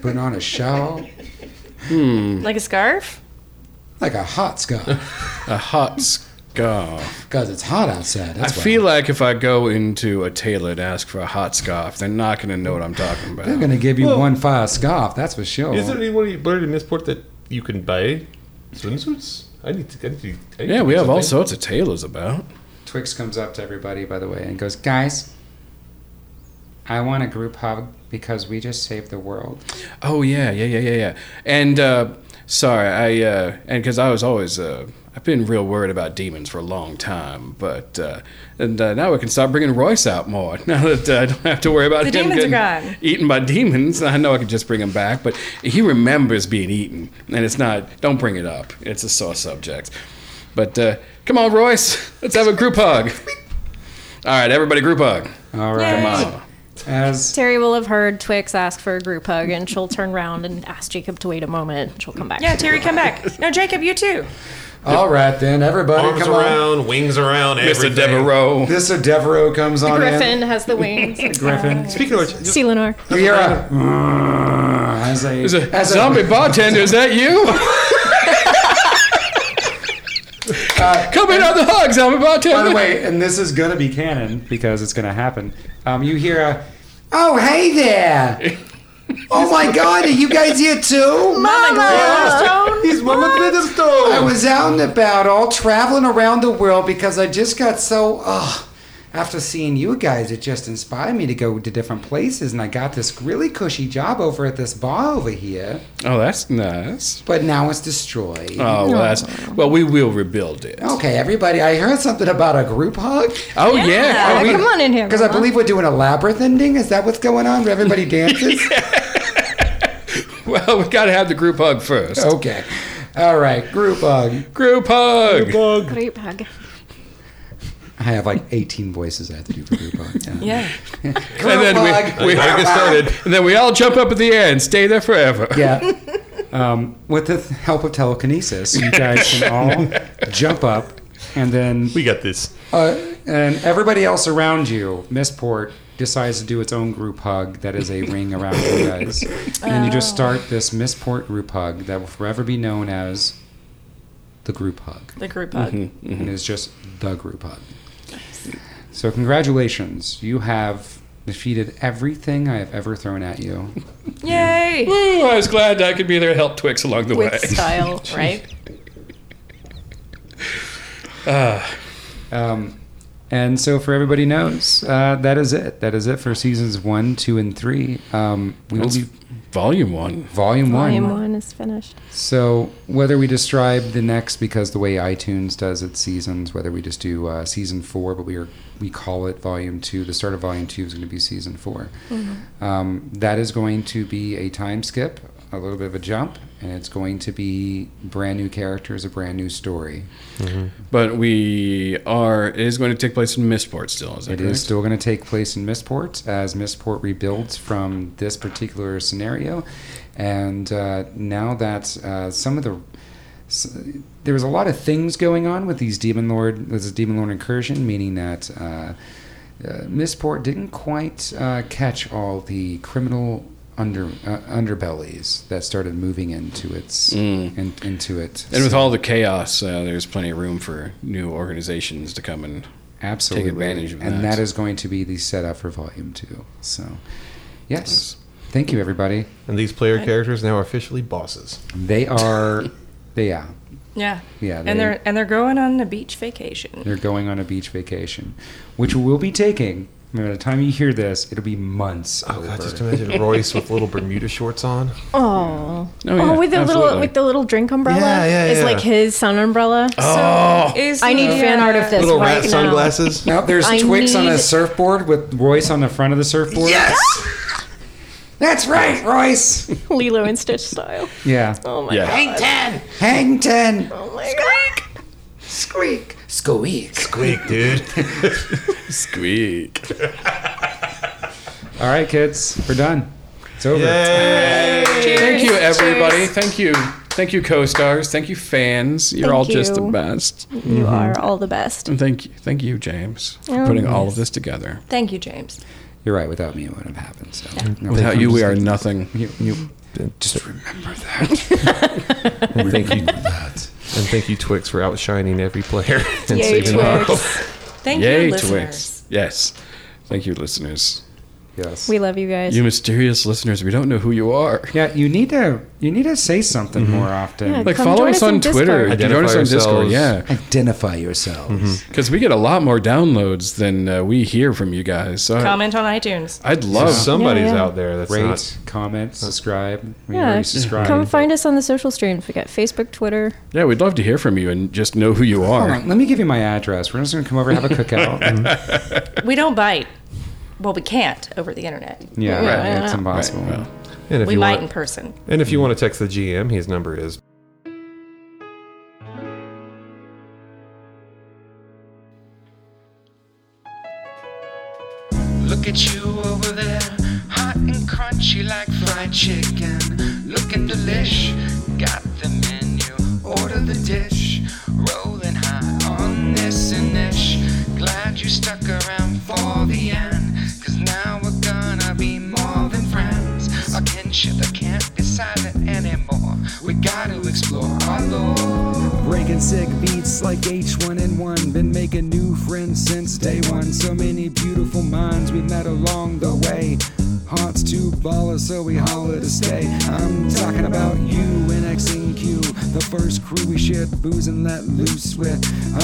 Speaker 1: [laughs]
Speaker 9: putting on a shower,
Speaker 6: Like a scarf?
Speaker 9: like a hot scarf,
Speaker 3: a hot scarf.
Speaker 9: because it's hot outside.
Speaker 3: I
Speaker 9: That's why.
Speaker 3: feel like if I go into a tailor and ask for a hot scarf, they're not going to know what I'm talking about.
Speaker 9: they're gonna give you
Speaker 7: Well-
Speaker 9: one fire scarf. That's for sure.
Speaker 7: Is there anyone in Blurred in Missport that you can buy swimsuits? I need to. I need to I need
Speaker 3: yeah,
Speaker 7: to
Speaker 3: we
Speaker 7: do
Speaker 3: have all
Speaker 7: something.
Speaker 3: sorts of tailors about.
Speaker 9: Twix comes up to everybody, by the way, and goes, "Guys, I want a group hug because we just saved the world."
Speaker 3: Oh yeah, yeah, yeah, yeah, yeah. And uh, sorry, I uh, and because I was always uh, I've been real worried about demons for a long time, but uh, and uh, now we can start bringing Royce out more. [laughs] Now that uh, I don't have to worry about
Speaker 6: The
Speaker 3: him
Speaker 6: demons are
Speaker 3: getting
Speaker 6: gone.
Speaker 3: eaten by demons, I know I can just bring him back. But he remembers being eaten, and it's not. Don't bring it up. It's a sore subject. But uh, come on, Royce, let's have a group hug. All right, everybody, group hug.
Speaker 9: All right,
Speaker 3: Come on.
Speaker 9: as
Speaker 5: Terry will have heard Twix ask for a group hug, and she'll turn around and ask Jacob to wait a moment. and She'll come back.
Speaker 6: Yeah, Terry, come back. No, Jacob, you too.
Speaker 9: all right then, everybody,
Speaker 4: Arms
Speaker 9: come on.
Speaker 4: around, wings around, everything.
Speaker 3: Mr. Devereaux.
Speaker 9: Mr. Devereaux comes on
Speaker 5: Griffin has the [laughs] wings.
Speaker 9: Griffin.
Speaker 7: Speaking of which,
Speaker 5: Selenor.
Speaker 9: We hear a, as a,
Speaker 3: Is it-
Speaker 9: as [laughs]
Speaker 3: zombie
Speaker 9: a,
Speaker 3: bartender, is that you? Come in on the hug, zombie bartender.
Speaker 9: By the way, and this is gonna be canon because it's gonna happen. Um, you hear a, oh
Speaker 1: [laughs]
Speaker 9: hey there. Oh my God! Are you guys here too?
Speaker 7: he's Mama
Speaker 9: I
Speaker 7: Glidderstone.
Speaker 9: was out and about, all traveling around the world because I just got so. Ugh. After seeing you guys, it just inspired me to go to different places, and I got this really cushy job over at this bar over here.
Speaker 3: oh, that's nice.
Speaker 9: But now it's destroyed.
Speaker 3: Oh, well, that's well. We will rebuild it. Oh,
Speaker 9: Okay, everybody, I heard something about a group hug
Speaker 3: yeah.
Speaker 5: Yeah,
Speaker 3: Are we-
Speaker 5: Uh, come on in here.
Speaker 9: because I
Speaker 5: Grandma.
Speaker 9: believe we're doing a labyrinth ending. Is that what's going on?
Speaker 1: [laughs]
Speaker 9: Where everybody dances?
Speaker 3: Well, we gotta have the group hug first.
Speaker 9: Okay, all right, group hug.
Speaker 3: Group hug.
Speaker 5: Group hug.
Speaker 9: I have like 18 voices I have to do for group hug.
Speaker 6: Yeah.
Speaker 3: and then
Speaker 9: hug.
Speaker 3: we, we
Speaker 7: Gotta get started.
Speaker 3: [laughs] and then we all jump up at the air and stay there forever.
Speaker 9: Yeah. [laughs] Um, with the th- help of telekinesis, you guys can all jump up, and then
Speaker 7: We got this.
Speaker 9: uh, and everybody else around you, Missport, decides to do its own group hug that is a ring around you guys, and you just start this Missport group hug that will forever be known as the group hug,
Speaker 6: The group hug.
Speaker 9: and it's just the group hug. So congratulations, you have defeated everything I have ever thrown at you.
Speaker 6: Yay!
Speaker 3: Woo, I was glad I could be there to help Twix along the
Speaker 5: With
Speaker 3: [laughs] way.
Speaker 5: style, right?
Speaker 9: Um, and so, for everybody knows, uh, that is it. That is it for seasons one, two, and three. Um, we will
Speaker 3: That's
Speaker 9: be
Speaker 3: volume one.
Speaker 9: volume,
Speaker 5: Volume
Speaker 9: one.
Speaker 5: one is finished.
Speaker 9: So, whether we describe the next because the way iTunes does its seasons, whether we just do uh, season four, but we are we call it volume two. The start of volume two is going to be season 4 Um, that is going to be a time skip, a little bit of a jump, and it's going to be brand new characters, a brand new story.
Speaker 3: But we are. It is going to take place in Mistport still. Is that
Speaker 9: It
Speaker 3: correct?
Speaker 9: is still going to take place in Missport as Missport rebuilds from this particular scenario. And uh, now that uh, some of the. s- There was a lot of things going on with these Demon Lord. This is Demon Lord incursion, meaning that. Uh, uh, Missport didn't quite uh, catch all the criminal under uh, underbellies that started moving into its in, into it.
Speaker 3: Mm. And with all the chaos, uh, there's plenty of room for new organizations to come in.
Speaker 9: Absolutely.
Speaker 3: advantage of
Speaker 9: and
Speaker 3: that.
Speaker 9: that is going to be the setup for volume two. So, yes. Thank you, everybody.
Speaker 7: And these player characters now are officially bosses.
Speaker 3: [laughs]
Speaker 9: They are, they, yeah,
Speaker 6: Yeah.
Speaker 9: yeah. They,
Speaker 6: And they're and they're going on a beach vacation.
Speaker 9: they're going on a beach vacation, which we'll be taking. I mean, by the time you hear this, it'll be months.
Speaker 7: Oh god,
Speaker 9: over.
Speaker 7: just imagine Royce with little Bermuda shorts on.
Speaker 5: Oh.
Speaker 3: Oh,
Speaker 5: Oh,
Speaker 3: yeah,
Speaker 5: with the
Speaker 3: absolutely.
Speaker 5: little with the little drink umbrella.
Speaker 7: Yeah, yeah,
Speaker 5: It's
Speaker 7: yeah.
Speaker 5: like his sun umbrella.
Speaker 3: Oh,
Speaker 6: Is
Speaker 5: I need
Speaker 6: the,
Speaker 5: fan
Speaker 6: uh,
Speaker 5: art of this
Speaker 7: Little
Speaker 5: right
Speaker 7: rat
Speaker 5: now.
Speaker 9: [laughs]
Speaker 7: sunglasses.
Speaker 9: Now there's
Speaker 5: I
Speaker 9: Twix on a
Speaker 5: need-
Speaker 9: surfboard with Royce on the front of the surfboard.
Speaker 7: Yes.
Speaker 9: That's right, Royce.
Speaker 5: Lilo and Stitch style.
Speaker 9: Yeah.
Speaker 5: [laughs] Oh my
Speaker 3: Yeah.
Speaker 5: god.
Speaker 9: Hangton.
Speaker 5: Oh my god.
Speaker 9: Squeak. Squeak.
Speaker 7: Squeak, dude.
Speaker 3: squeak.
Speaker 9: All right, kids, we're done. It's over.
Speaker 7: Yay.
Speaker 3: Thank you, everybody. Thank you, Thank you, co-stars. Thank you, fans. You're
Speaker 5: Thank
Speaker 3: all just the
Speaker 5: you.
Speaker 3: best.
Speaker 5: You are all the best.
Speaker 3: And thank you, thank you, James, for
Speaker 5: Oh,
Speaker 3: putting all
Speaker 5: yes.
Speaker 3: of this together.
Speaker 6: Thank you, James.
Speaker 9: You're right. Without me, it wouldn't have happened. So no,
Speaker 3: Without you, we are nothing.
Speaker 9: You, you
Speaker 7: Just
Speaker 9: remember that.
Speaker 7: and thank you And thank you, Twix, for outshining every player [laughs] and
Speaker 5: Yay,
Speaker 7: saving our
Speaker 5: Twix.
Speaker 6: Thank
Speaker 3: Yay,
Speaker 6: you,
Speaker 3: Twix.
Speaker 6: listeners.
Speaker 3: Yes. Thank you, listeners.
Speaker 9: yes.
Speaker 5: We love you guys.
Speaker 3: You mysterious listeners. We don't know who you are.
Speaker 9: yeah, you need to you need to say something
Speaker 3: Mm-hmm.
Speaker 9: more often.
Speaker 5: Yeah.
Speaker 3: Like,
Speaker 5: Come
Speaker 3: follow
Speaker 5: join
Speaker 3: us
Speaker 5: us
Speaker 3: on
Speaker 5: on
Speaker 3: Twitter.
Speaker 5: Discord.
Speaker 3: join us on
Speaker 7: Identify
Speaker 3: Discord.
Speaker 7: yourselves.
Speaker 3: Yeah.
Speaker 1: Identify yourselves.
Speaker 3: Because we get a lot more downloads than uh, we hear from you guys. So I-
Speaker 6: Comment on iTunes.
Speaker 3: I'd
Speaker 7: So
Speaker 3: love
Speaker 7: somebody's
Speaker 5: Yeah, yeah.
Speaker 7: out there that's
Speaker 9: Rate,
Speaker 7: not
Speaker 9: comment, subscribe. We
Speaker 5: Yeah.
Speaker 9: already subscribe.
Speaker 5: Come find us on the social streams. We got Facebook, Twitter.
Speaker 3: Yeah, we'd love to hear from you and just know who you
Speaker 9: Hold
Speaker 3: are.
Speaker 9: on, let me give you my address. We're just gonna come over
Speaker 1: [laughs]
Speaker 9: and have a cookout. Mhm.
Speaker 6: We don't bite. Well, we can't over the internet.
Speaker 9: yeah,
Speaker 5: Right.
Speaker 9: it's
Speaker 3: Right,
Speaker 9: impossible.
Speaker 3: well,
Speaker 7: And if
Speaker 6: We
Speaker 7: you
Speaker 6: might in
Speaker 7: want,
Speaker 6: person.
Speaker 7: and if you want to text the GM, his number is
Speaker 2: Look at you over there, hot and crunchy like fried chicken. Looking delish, got the menu, order the dish. Rolling high on this and ish. Glad you stuck around for the end, cause now we're gonna be more than friends. Our kinship that can't be silent anymore. We gotta explore our lore.
Speaker 1: Breaking sick beats like H1N1. Been making new friends since day one. So many beautiful minds we met along the way. Hearts too baller, so we holler to stay. I'm talking about you and X and Q. The first crew we shared booze and let loose with.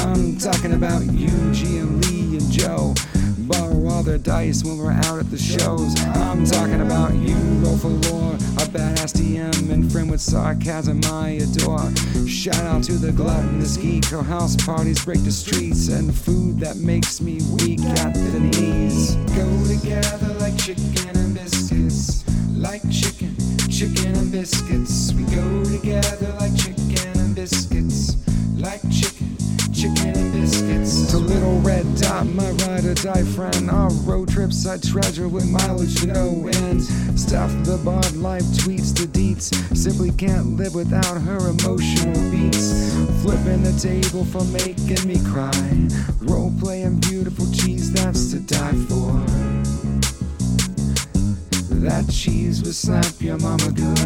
Speaker 1: I'm talking about you, G and Lee and Joe. Borrow all their dice when we're out at the shows. I'm talking about you, roll for lore. A badass DM and friend with sarcasm I adore. Shout out to the gluttonous geek. Her house parties break the streets and food that makes me weak at the knees. Go together like chicken and biscuits. Like chicken, chicken and biscuits. We go together like chicken and biscuits. Like chicken chicken and biscuits. To Little Red Dot, my ride or die friend. Our road trips I treasure with mileage to no end. Stuff the bard life tweets the deets. Simply can't live without her emotional beats. Flipping the table for making me cry. Role playing beautiful cheese that's to die for. That cheese would slap your mama good.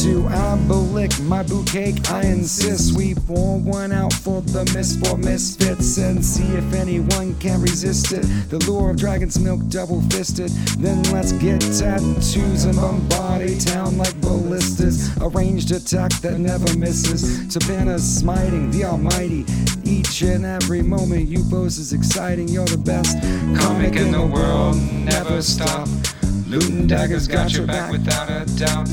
Speaker 1: To Abelic, my boot cake, I insist we pour one out for the misfor misfits and see if anyone can resist it. The lure of dragon's milk double fisted. Then let's get tattoos and bombard a town like ballistas. A ranged attack that never misses. Tabana smiting the almighty. Each and every moment you pose is exciting. You're the best comic in the world. Never stop. Looting daggers got your back without a doubt.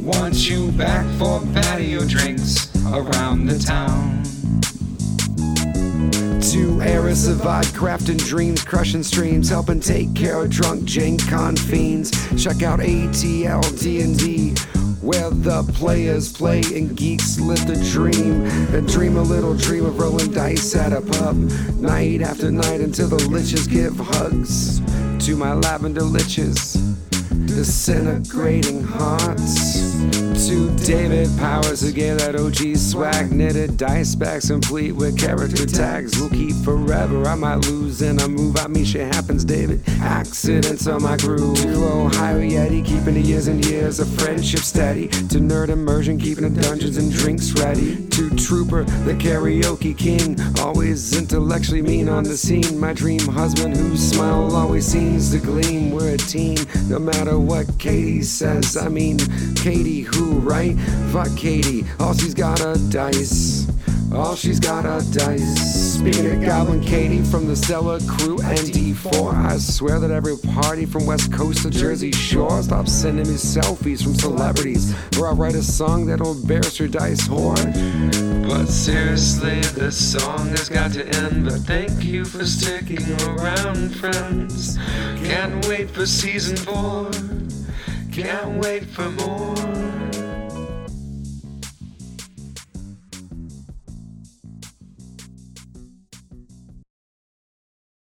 Speaker 1: Want you back for patio drinks around the town. To Eris Avad, crafting dreams, crushing streams, helping take care of drunk Gen Con fiends. Check out ATL D&D, where the players play and geeks live the dream. And dream a little dream of rolling dice at a pub, night after night until the liches give hugs. To my lavender liches, disintegrating hearts. To David Powers who gave that OG swag, knitted dice bags complete with character tags. We'll keep forever. I might lose in a move. I mean, shit happens, David. Accidents on my groove. To Ohio Yeti, keeping the years and years of friendship steady. To nerd immersion, keeping the dungeons and drinks ready. To Trooper, the karaoke king, always intellectually mean on the scene. My dream husband whose smile always seems to gleam. We're a team, no matter what Katie says. I mean, Katie, who, right? Fuck Katie, all she's got are dice. All she's got are dice. Speaking of Goblin Katie from the Cellar Crew and D4, I swear that every party from West Coast to Jersey Shore stops sending me selfies from celebrities, or I'll write a song that'll embarrass your dice horn.
Speaker 2: But seriously, this song has got to end. But thank you for sticking around, friends. Can't wait for season four. Can't wait for more.